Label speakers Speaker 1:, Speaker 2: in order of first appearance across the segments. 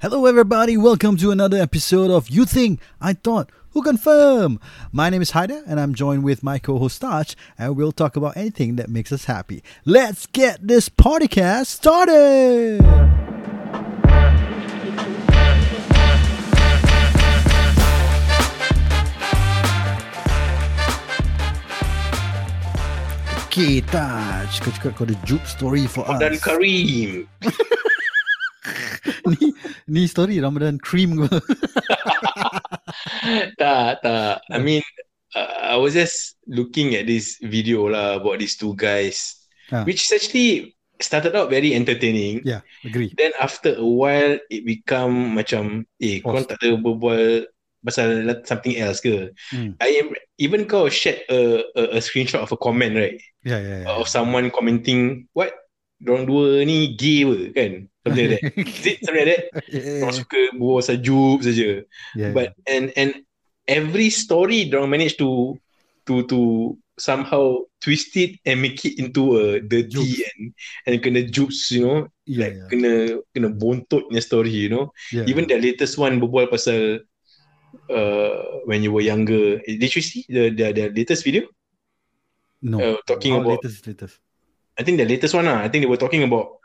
Speaker 1: Hello, everybody. Welcome to another episode of You Think I Thought Who Confirm. My name is Haider, and I'm joined with my co-host Taj, and we'll talk about anything that makes us happy. Let's get this podcast started. Okay, Taj, kau cakap kau ada juke story for us.
Speaker 2: Dan Karim.
Speaker 1: ni, ni story Ramadan cream ke?
Speaker 2: tak, tak. I mean, uh, I was just looking at this video lah about these two guys,
Speaker 1: Ah.
Speaker 2: which actually started out very entertaining.
Speaker 1: yeah, agree.
Speaker 2: Then after a while, it become macam, eh,
Speaker 1: Oh.
Speaker 2: korang tak ada berbual pasal something else ke?
Speaker 1: Mm.
Speaker 2: I am, even kau shared a, a, a screenshot of a comment, right?
Speaker 1: Yeah, yeah, yeah.
Speaker 2: Of someone commenting, what? Diorang dua ni gay ke? Kan? Something like that. Is it something like that?
Speaker 1: yeah,
Speaker 2: Diorang suka berbual pasal jub saja.
Speaker 1: yeah.
Speaker 2: but and and every story they manage to to to somehow twist it and make it into a dirty
Speaker 1: Jokes.
Speaker 2: and and kena jokes you know
Speaker 1: yeah,
Speaker 2: like kena kena bontotnya story you know
Speaker 1: yeah,
Speaker 2: even the latest one berbual pasal uh, when you were younger did you see the the, the latest video
Speaker 1: no.
Speaker 2: uh, talking
Speaker 1: How
Speaker 2: about
Speaker 1: latest, latest.
Speaker 2: I think the latest one lah I think they were talking about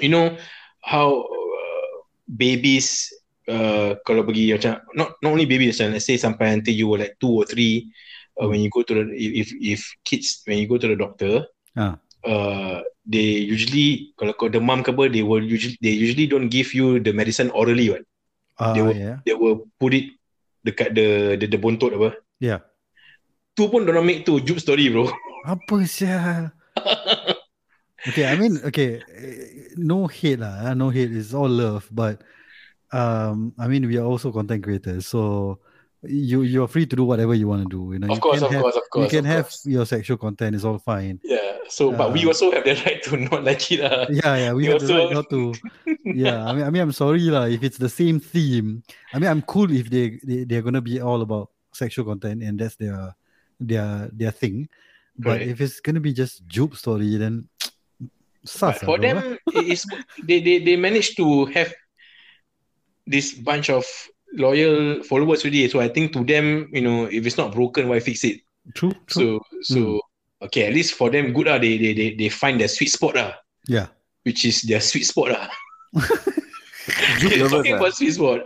Speaker 2: you know how uh, babies uh, kalau pergi macam not not only babies macam let's say sampai until you were like two or three uh, when you go to the if if- if kids when you go to the doctor
Speaker 1: Ah.
Speaker 2: uh, they usually kalau kau demam ke apa they will usually they usually don't give you the medicine orally what
Speaker 1: Ah,
Speaker 2: they were-
Speaker 1: yeah.
Speaker 2: they will put it dekat the the, the bontot apa
Speaker 1: Yeah.
Speaker 2: tu pun don't make tu jupe story bro
Speaker 1: Apa sial? okay, I mean, okay, eh, no hate lah. ah, No hate. It's all love. But, um, I mean, we are also content creators, so you you are free to do whatever you want to do. You know,
Speaker 2: of
Speaker 1: you
Speaker 2: course
Speaker 1: can
Speaker 2: of
Speaker 1: have,
Speaker 2: course of course
Speaker 1: you can
Speaker 2: of
Speaker 1: have
Speaker 2: course.
Speaker 1: your sexual content. It's all fine.
Speaker 2: Yeah, so but we
Speaker 1: Uh,
Speaker 2: also have the right to not like it lah.
Speaker 1: yeah, yeah, we
Speaker 2: You
Speaker 1: have the right
Speaker 2: also-
Speaker 1: not to. Yeah, I mean, I mean, I'm sorry lah. If it's the same theme, I mean, I'm cool if they, they they're gonna be all about sexual content and that's their their their thing. But
Speaker 2: Correct.
Speaker 1: if it's gonna be just jupe story, then
Speaker 2: But
Speaker 1: sus lah,
Speaker 2: for
Speaker 1: bro.
Speaker 2: them, it is they they they managed to have this bunch of loyal followers already. So I think to them, you know, if it's not broken, why fix it?
Speaker 1: True, true. Hmm.
Speaker 2: So so okay, at least for them, good ah. They they they they find their sweet spot ah,
Speaker 1: yeah,
Speaker 2: which is their sweet spot ah.
Speaker 3: Juke
Speaker 2: Okay,
Speaker 3: lovers
Speaker 2: talking
Speaker 3: ah.
Speaker 2: about sweet spot.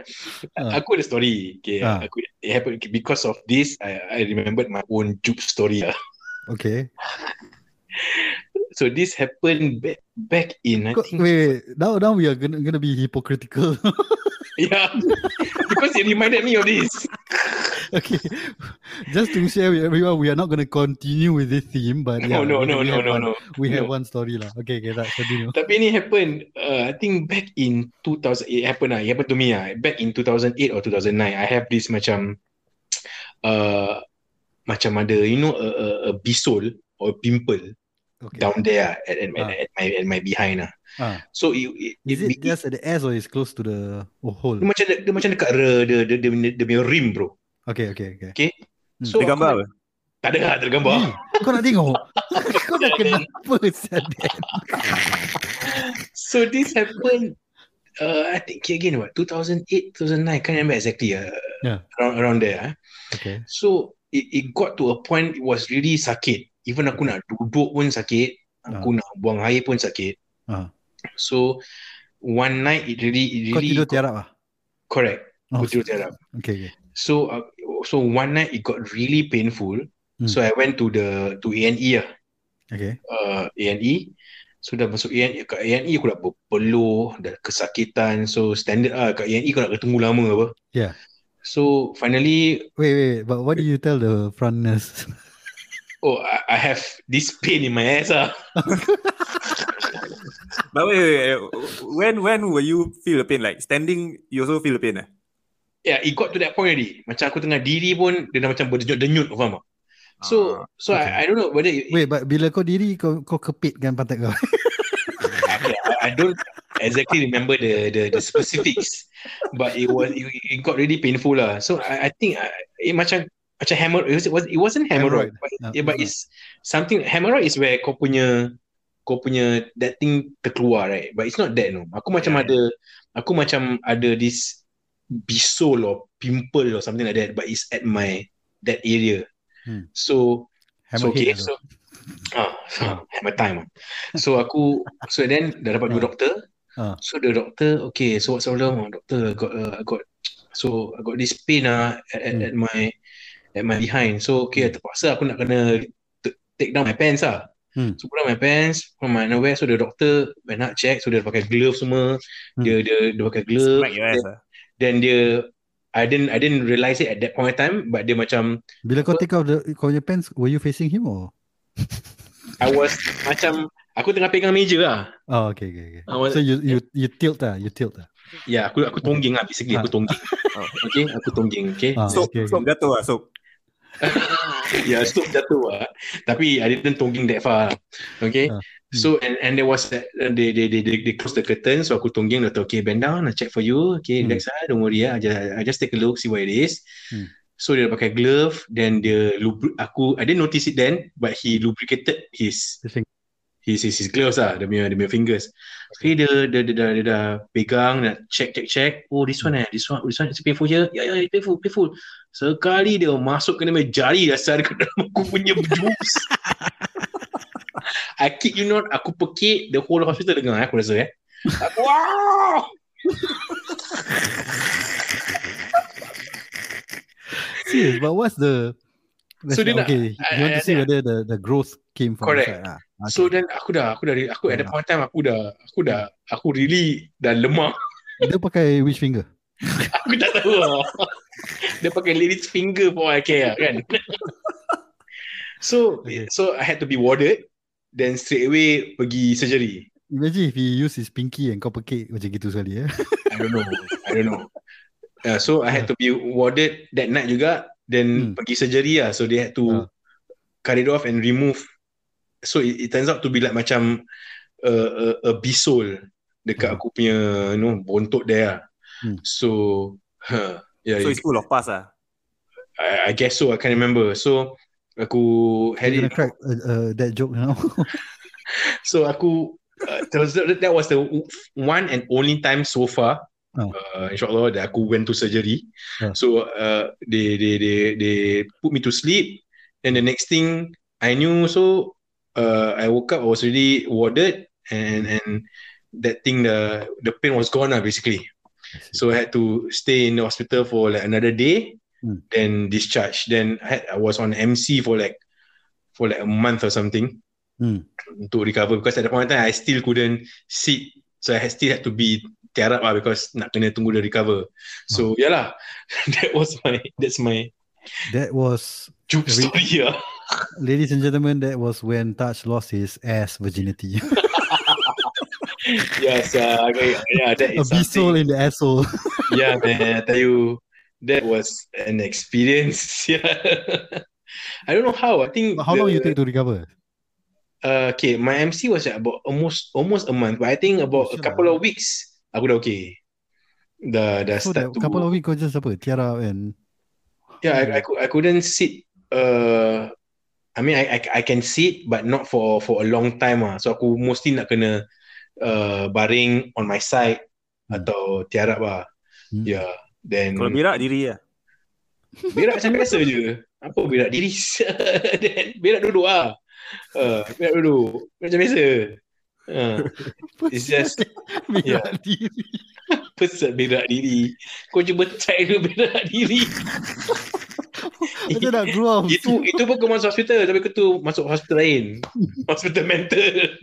Speaker 1: Ah.
Speaker 2: Aku ada story. Okay,
Speaker 1: Ah.
Speaker 2: aku it happened because of this. I I remembered my own jupe story ah.
Speaker 1: okay.
Speaker 2: So this happened back back in I
Speaker 1: Co-
Speaker 2: think
Speaker 1: Wait, wait, now now we are gonna gonna be hypocritical.
Speaker 2: Yeah. because it reminded me of this.
Speaker 1: okay, just to share with everyone, we are not gonna continue with this theme, but yeah,
Speaker 2: Oh, No, no,
Speaker 1: we- we
Speaker 2: no, no,
Speaker 1: have
Speaker 2: no,
Speaker 1: one,
Speaker 2: no.
Speaker 1: We have
Speaker 2: No.
Speaker 1: one story lah. Okay, okay, that's continue.
Speaker 2: Tapi ni happen, uh, I think back in 2000, it happened lah, it happened to me lah. Back in 2008 or 2009, I have this macam, uh, macam ada, you know, a, a, a bisol or a pimple
Speaker 1: Okay.
Speaker 2: down there ah, at, at,
Speaker 1: Ah.
Speaker 2: at, at, my, at my behind lah.
Speaker 1: Ah.
Speaker 2: So it, it,
Speaker 1: Is it,
Speaker 2: it, be-
Speaker 1: just at the ass or is close to the oh, hole?
Speaker 2: dia macam, dia macam dekat re, dia, dia, dia, dia, dia punya rim bro.
Speaker 1: Okay, okay, okay. Hmm.
Speaker 2: So,
Speaker 3: Ada gambar
Speaker 2: aku,
Speaker 3: apa?
Speaker 2: tak ada lah, tak ada gambar.
Speaker 1: Eh, kau nak tengok? kau dah
Speaker 2: Sial,
Speaker 1: kenapa Sadan?
Speaker 2: so this happened uh, I think again what 2008 2009 can't remember exactly uh,
Speaker 1: Yeah.
Speaker 2: around, around there ah.
Speaker 1: Okay.
Speaker 2: so it, it got to a point it was really sakit even aku nak duduk pun sakit aku nak buang air pun sakit
Speaker 1: Ah.
Speaker 2: so one night it really it
Speaker 1: Kau
Speaker 2: really
Speaker 1: tidur tiarap ah?
Speaker 2: correct
Speaker 1: Oh,
Speaker 2: aku tidur tiarap
Speaker 1: Okay, okay.
Speaker 2: so uh, so one night it got really painful
Speaker 1: Hmm.
Speaker 2: so I went to the to A&E lah
Speaker 1: Okay.
Speaker 2: uh, A&E so dah masuk A&E kat A&E aku dah berpeluh dah kesakitan so standard lah kat A&E kau nak ketunggu lama apa
Speaker 1: Yeah.
Speaker 2: so finally
Speaker 1: Wait, wait, wait, but what do you tell the front nurse?
Speaker 2: oh I, I have this pain in my ass lah
Speaker 3: But wait, wait, wait, when when will you feel the pain? Like standing, you also feel the pain? Eh?
Speaker 2: yeah it got to that point already macam aku tengah diri pun dia dah macam berdenyut-denyut kau faham tak so
Speaker 3: Ah,
Speaker 2: so
Speaker 1: okay.
Speaker 2: I, I don't know whether it,
Speaker 1: Wait, but bila kau diri kau kau kepit kan pantat kau.
Speaker 2: okay, I, I don't exactly remember the the, the specifics but it was it, it got really painful lah so I, I think I, it macam macam hammer it, was, it wasn't hemorrhoid,
Speaker 1: Hemorrhoid.
Speaker 2: but,
Speaker 1: No,
Speaker 2: yeah, but
Speaker 1: it's
Speaker 2: it's something hemorrhoid is where kau punya kau punya that thing terkeluar right but it's not that no aku macam
Speaker 3: Yeah.
Speaker 2: ada aku macam ada this bisol or pimple or something like that but it's at my that area
Speaker 1: Hmm.
Speaker 2: so so
Speaker 1: Hammerhead lah
Speaker 2: okay,
Speaker 1: tu.
Speaker 2: so ah, so my time. ah. So aku, so then dah dapat
Speaker 1: Ah.
Speaker 2: dua doktor.
Speaker 1: Ah.
Speaker 2: So the doctor, okay, so what's the problem? Oh, Doctor, I got, uh, I got, so I got this pain ah at, at,
Speaker 1: Hmm.
Speaker 2: at my at my behind. So okay, terpaksa aku nak kena t- take down my pants ah.
Speaker 1: Hmm.
Speaker 2: So put down my pants, put my underwear. So the doctor when nak check, so dia pakai glove semua.
Speaker 1: Hmm.
Speaker 2: Dia dia dia pakai glove.
Speaker 3: Smack your ah. ass lah.
Speaker 2: Then dia I didn't I didn't realize it at that point of time, but dia macam
Speaker 1: Bila kau take out the, kau punya pants, were you facing him or?
Speaker 2: I was macam aku tengah pegang meja lah.
Speaker 1: Oh, okay, okay, okay.
Speaker 2: I
Speaker 3: Ah,
Speaker 2: was-
Speaker 1: so you you you tilt lah, you tilt lah.
Speaker 2: Ya, aku aku tongging lah basically aku tongging.
Speaker 3: Ah.
Speaker 2: Okay, aku tongging. Okay.
Speaker 1: Ah,
Speaker 3: Soap,
Speaker 1: okay,
Speaker 3: soap
Speaker 1: okay.
Speaker 3: jatuh lah, soap.
Speaker 2: Ya, yeah, stop jatuh lah. Tapi I didn't tongging that far. lah. Okay.
Speaker 1: Ah.
Speaker 2: So and and there was that they they they they, they close the curtain so aku tongging dia kata, okay bend down I check for you okay
Speaker 1: Hmm.
Speaker 2: relax ah don't worry ah I just, I just take a look see what it is
Speaker 1: Hmm.
Speaker 2: so dia pakai glove then dia lubri- aku I didn't notice it then but he lubricated his
Speaker 1: His fing-
Speaker 2: his his, his gloves ah dia punya dia punya fingers okay dia dia dia, dia, dia dah pegang nak check check check oh this one eh this one this one is painful here yeah yeah painful painful sekali dia masuk kena punya jari dasar ke dalam aku punya juice I kid you not, aku pekik the whole hospital dengar eh, aku rasa eh. Aku, wow!
Speaker 1: Serious, but what's the
Speaker 2: So dia nak-
Speaker 1: okay, you want
Speaker 2: I-
Speaker 1: to
Speaker 2: I-
Speaker 1: see whether the the growth came from
Speaker 2: Correct.
Speaker 1: inside lah. Okay.
Speaker 2: So then aku dah, aku dah, aku at that
Speaker 1: Yeah.
Speaker 2: point of time aku dah, aku dah, aku really dah lemah.
Speaker 1: dia pakai which finger?
Speaker 2: Aku tak tahu lah. Dia pakai ladies finger for I care lah, kan. so,
Speaker 1: Okay.
Speaker 2: so I had to be warded. Then straight away pergi surgery.
Speaker 1: Imagine if he use his pinky and kau pekik macam gitu sekali eh.
Speaker 2: I don't know. I don't know. Uh, so I had to be warded that night juga.
Speaker 1: Hmm.
Speaker 2: Then pergi surgery lah. So they had
Speaker 1: Ah.
Speaker 2: to cut it off and remove. So it, it turns out to be like macam uh, a, a bisol
Speaker 1: Ah.
Speaker 2: dekat aku punya you know, bontot there lah.
Speaker 1: Hmm.
Speaker 2: So huh, yeah,
Speaker 3: So it's full of pus ah. lah.
Speaker 2: I, I guess so. I can't remember. So aku had
Speaker 1: You're
Speaker 2: it
Speaker 1: gonna crack uh, uh, that joke now.
Speaker 2: So aku uh, that, was, that was the one and only time so far
Speaker 1: Oh.
Speaker 2: uh, insyaAllah that aku went to surgery.
Speaker 1: Oh.
Speaker 2: So uh, they, they they they put me to sleep and the next thing I knew so uh, I woke up I was already warded and and that thing the the pain was gone lah basically. So I had to stay in the hospital for like another day,
Speaker 1: Hmm.
Speaker 2: then discharged. Then I, had, I was on MC for like for like a month or something
Speaker 1: Hmm.
Speaker 2: to recover because at the point of time I still couldn't sit, so I had, still had to be tiarap lah because nak kena tunggu dia recover.
Speaker 1: Hmm.
Speaker 2: So yeah lah, that was my that's my
Speaker 1: that was
Speaker 2: jupe
Speaker 1: Every-
Speaker 2: story lah. here.
Speaker 1: ladies and gentlemen, that was when Taj lost his ass virginity.
Speaker 2: yes, uh, okay, yeah, that
Speaker 1: A
Speaker 2: is
Speaker 1: bisol
Speaker 2: something.
Speaker 1: in the asshole.
Speaker 2: Yeah, man, I tell you, that was an experience. Yeah. I don't know how. I think
Speaker 1: How long you
Speaker 2: the-
Speaker 1: take to recover?
Speaker 2: Uh, okay, my MC was at about almost almost a month, but I think about a
Speaker 1: Sure.
Speaker 2: couple of weeks, aku dah okay. Dah
Speaker 1: ah.
Speaker 2: dah
Speaker 1: So
Speaker 2: start
Speaker 1: that
Speaker 2: to
Speaker 1: couple of weeks kau just apa? Tiara and
Speaker 2: yeah, I, I, cou- I couldn't sit. Uh, I mean, I, I I can sit, but not for for a long time ah. So aku mostly nak kena uh, baring on my side
Speaker 1: Hmm.
Speaker 2: atau tiarap lah.
Speaker 1: Hmm.
Speaker 2: Yeah, then
Speaker 1: Mm.
Speaker 3: Kalau birak, diri ah. lah.
Speaker 2: Berak macam biasa je. Apa berak diri? Then berak duduk lah. Uh, berak duduk. Macam biasa. Uh, it's just
Speaker 1: Bila
Speaker 2: Yeah.
Speaker 1: diri.
Speaker 2: Pesat berak diri. Kau cuba try dulu berak diri.
Speaker 1: Macam nak grow up.
Speaker 2: itu itu pun kau masuk hospital tapi kau tu masuk hospital lain. hospital mental.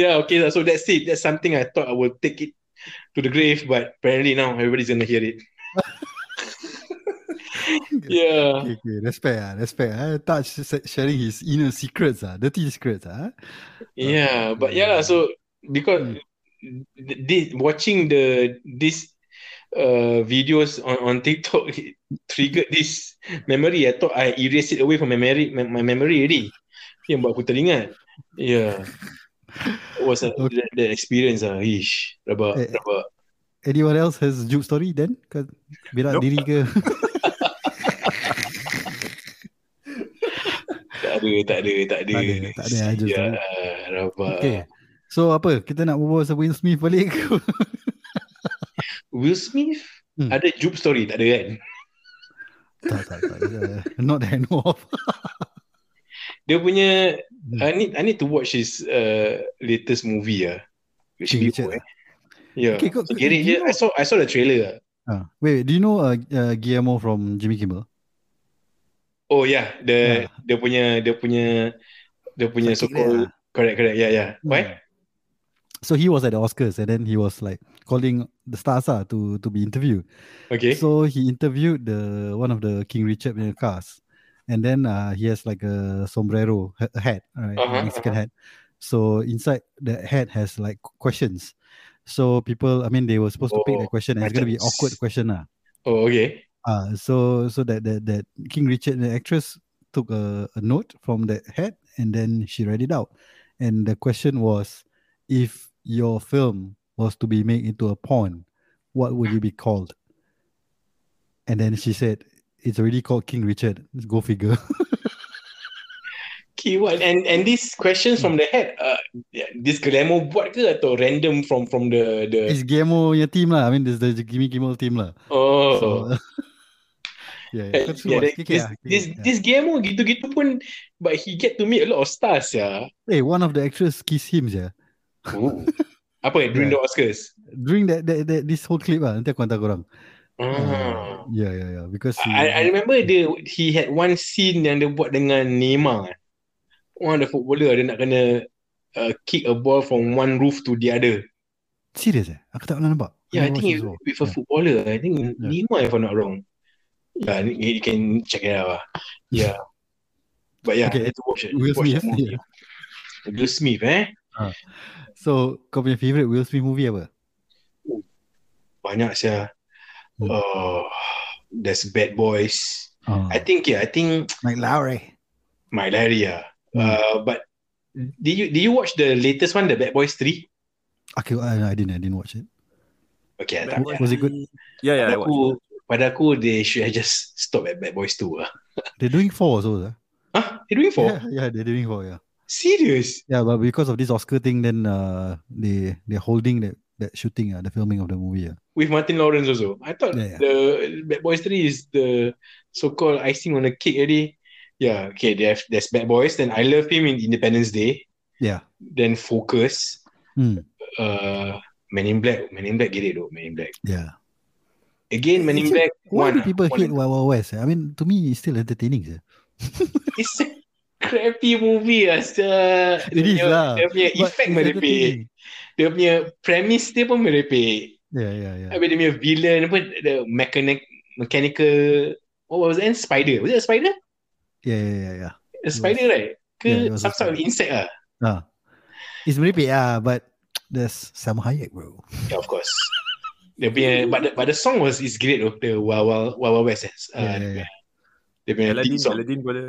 Speaker 2: yeah, okay lah. So that's it. That's something I thought I will take it to the grave but apparently now everybody's gonna hear it. yeah.
Speaker 1: Okay, okay. Respect ah, respect ah. Taj s- sharing his inner secrets ah, dirty secrets ah.
Speaker 2: Yeah, but yeah lah. So because
Speaker 1: Hmm.
Speaker 2: this, watching the this uh, videos on on TikTok it triggered this memory. I thought I erased it away from my memory. My, my memory already. Yang buat aku teringat. Yeah. It was a,
Speaker 1: Okay.
Speaker 2: that, that experience ah. Ish. Rabak,
Speaker 1: Eh.
Speaker 2: rabak.
Speaker 1: Anyone else has juke story then? Kau berak
Speaker 3: Nope.
Speaker 1: diri ke?
Speaker 2: Tak ada ada, tak ada, tak ada.
Speaker 1: Tak ada, tak ada, I just
Speaker 2: Ya,
Speaker 1: don't
Speaker 2: rabak.
Speaker 1: Okay. So apa? Kita nak berbual pasal Will Smith balik ke?
Speaker 2: Will Smith
Speaker 1: Hmm.
Speaker 2: ada Jupe story, tak ada kan?
Speaker 1: tak, tak, tak. eh, Not that I know of.
Speaker 2: Dia punya,
Speaker 1: Hmm.
Speaker 2: I need I need to watch his uh, latest movie ah. Which
Speaker 1: Okay,
Speaker 2: HBO,
Speaker 1: Richard.
Speaker 2: eh. Yeah.
Speaker 1: Okay, kau-
Speaker 2: so, get it
Speaker 1: you
Speaker 2: je. I saw I saw the trailer. ah.
Speaker 1: Ah, wait, do you know uh, uh, Guillermo from Jimmy Kimmel?
Speaker 2: Oh yeah, the
Speaker 1: Yeah.
Speaker 2: dia punya dia punya dia punya so
Speaker 1: Sakit dia
Speaker 2: called
Speaker 1: lah.
Speaker 2: correct correct yeah yeah.
Speaker 1: Hmm.
Speaker 2: Why?
Speaker 1: So he was at the Oscars and then he was like calling the stars ah, to to be interviewed.
Speaker 2: Okay.
Speaker 1: So he interviewed the one of the King Richard punya cast. And then uh, he has like a sombrero, a a hat, right? a
Speaker 2: Uh-huh,
Speaker 1: Mexican hat. So inside the hat has like q- questions. So people, I mean, they were supposed to pick the
Speaker 2: Oh,
Speaker 1: question and it's going to be
Speaker 2: macam-
Speaker 1: awkward question. Ah.
Speaker 2: oh okay.
Speaker 1: Uh, so so that, that that King Richard, the actress, took a, a note from that head and then she read it out. And the question was, if your film was to be made into a porn, what would you be called? And then she said, it's already called King Richard. Go figure.
Speaker 2: Keyword and and these questions from the head uh, yeah, this glamour buat ke atau random from from the the
Speaker 1: it's Guillermo punya team lah. I mean, this the Jimmy Kimmel team lah.
Speaker 2: oh
Speaker 1: So, yeah, yeah.
Speaker 2: Eh,
Speaker 1: Kau
Speaker 2: yeah,
Speaker 1: suruh,
Speaker 2: like,
Speaker 1: KK
Speaker 2: this,
Speaker 1: lah, KK,
Speaker 2: this,
Speaker 1: ah, yeah.
Speaker 2: this Guillermo gitu-gitu pun but he get to meet a lot of stars ya.
Speaker 1: Hey, one of the actress kiss him yeah.
Speaker 2: Apa during the Oscars?
Speaker 1: During that, that, that this whole clip lah, nanti aku hantar korang.
Speaker 2: Ah.
Speaker 1: Uh, yeah, yeah, yeah. Because he,
Speaker 2: I, I remember dia he had one scene yang dia buat dengan Neymar. eh. One of the footballer dia nak kena uh, kick a ball from one roof to the other.
Speaker 1: serious eh? Aku tak pernah nampak.
Speaker 2: Yeah, I
Speaker 1: Aku
Speaker 2: think it,
Speaker 1: never watch
Speaker 2: with
Speaker 1: this
Speaker 2: a
Speaker 1: before.
Speaker 2: footballer. I think
Speaker 1: Yeah.
Speaker 2: Neymar if I'm not wrong. Yeah, you, you can check it out. lah. Yeah. But yeah,
Speaker 1: Okay,
Speaker 2: I need to watch it.
Speaker 1: Will
Speaker 2: watch
Speaker 1: Smith,
Speaker 2: that movie. Will Smith eh.
Speaker 1: Yeah. So, kau punya favourite Will Smith movie apa?
Speaker 2: Banyak saya.
Speaker 1: Hmm.
Speaker 2: Oh, there's Bad Boys.
Speaker 1: Uh,
Speaker 2: I think yeah, I think
Speaker 1: Mike Lowry.
Speaker 2: my diary yeah. Uh, but did you did you watch the latest one, the Bad Boys 3?
Speaker 1: Okay, I, I didn't, I didn't watch it.
Speaker 2: Okay, I
Speaker 3: Bad
Speaker 2: tak
Speaker 3: Boys.
Speaker 1: Was it good?
Speaker 3: Yeah, yeah, I
Speaker 2: pada
Speaker 3: watched.
Speaker 2: aku, pada aku they should have just stop at Bad Boys 2 lah.
Speaker 1: They're doing four also. Eh?
Speaker 2: Huh? They doing four?
Speaker 1: Yeah, yeah, they're doing four. Yeah,
Speaker 2: Serious?
Speaker 1: yeah, but because of this Oscar thing, then uh, they they're holding that that shooting, uh, the filming of the movie. Yeah.
Speaker 2: With Martin Lawrence also. I thought
Speaker 1: Yeah, yeah.
Speaker 2: the Bad Boys 3 is the so-called icing on the cake already. Yeah, okay, they have, there's Bad Boys. Then I Love Him in Independence Day.
Speaker 1: Yeah.
Speaker 2: Then Focus.
Speaker 1: Hmm.
Speaker 2: Uh, Men in Black. Men in Black get it though, Men in Black.
Speaker 1: Yeah.
Speaker 2: Again, Men in
Speaker 1: Actually,
Speaker 2: Black.
Speaker 1: Why
Speaker 2: one, ah,
Speaker 1: do people
Speaker 2: one
Speaker 1: hate Wild Wild West? eh? I mean, to me, it's still entertaining. Yeah.
Speaker 2: It's a crappy movie lah. Sia. Dia
Speaker 1: It is
Speaker 2: punya-
Speaker 1: lah.
Speaker 2: Dia punya
Speaker 1: But
Speaker 2: effect
Speaker 1: it's
Speaker 2: merepek.
Speaker 1: entertaining.
Speaker 2: Dia punya premise dia pun merepek.
Speaker 1: Yeah, yeah, yeah.
Speaker 2: Habis dia punya villain apa, the mechanic, mechanical, what was it? Spider. Was it a spider?
Speaker 1: Yeah, yeah, yeah, yeah.
Speaker 2: A spider right? Ke
Speaker 1: Yeah, it was a
Speaker 2: some sort of insect lah?
Speaker 1: Ah. It's merepek ah, but there's Sam Hayek, bro.
Speaker 2: Yeah, of course. Dia punya, but the, but the song was is great though. The Wild Wild, Wild, Wild West. Eh. Uh,
Speaker 1: Yeah, yeah, yeah.
Speaker 2: Dia punya
Speaker 3: Aladdin,
Speaker 2: theme song.
Speaker 3: Aladdin boleh.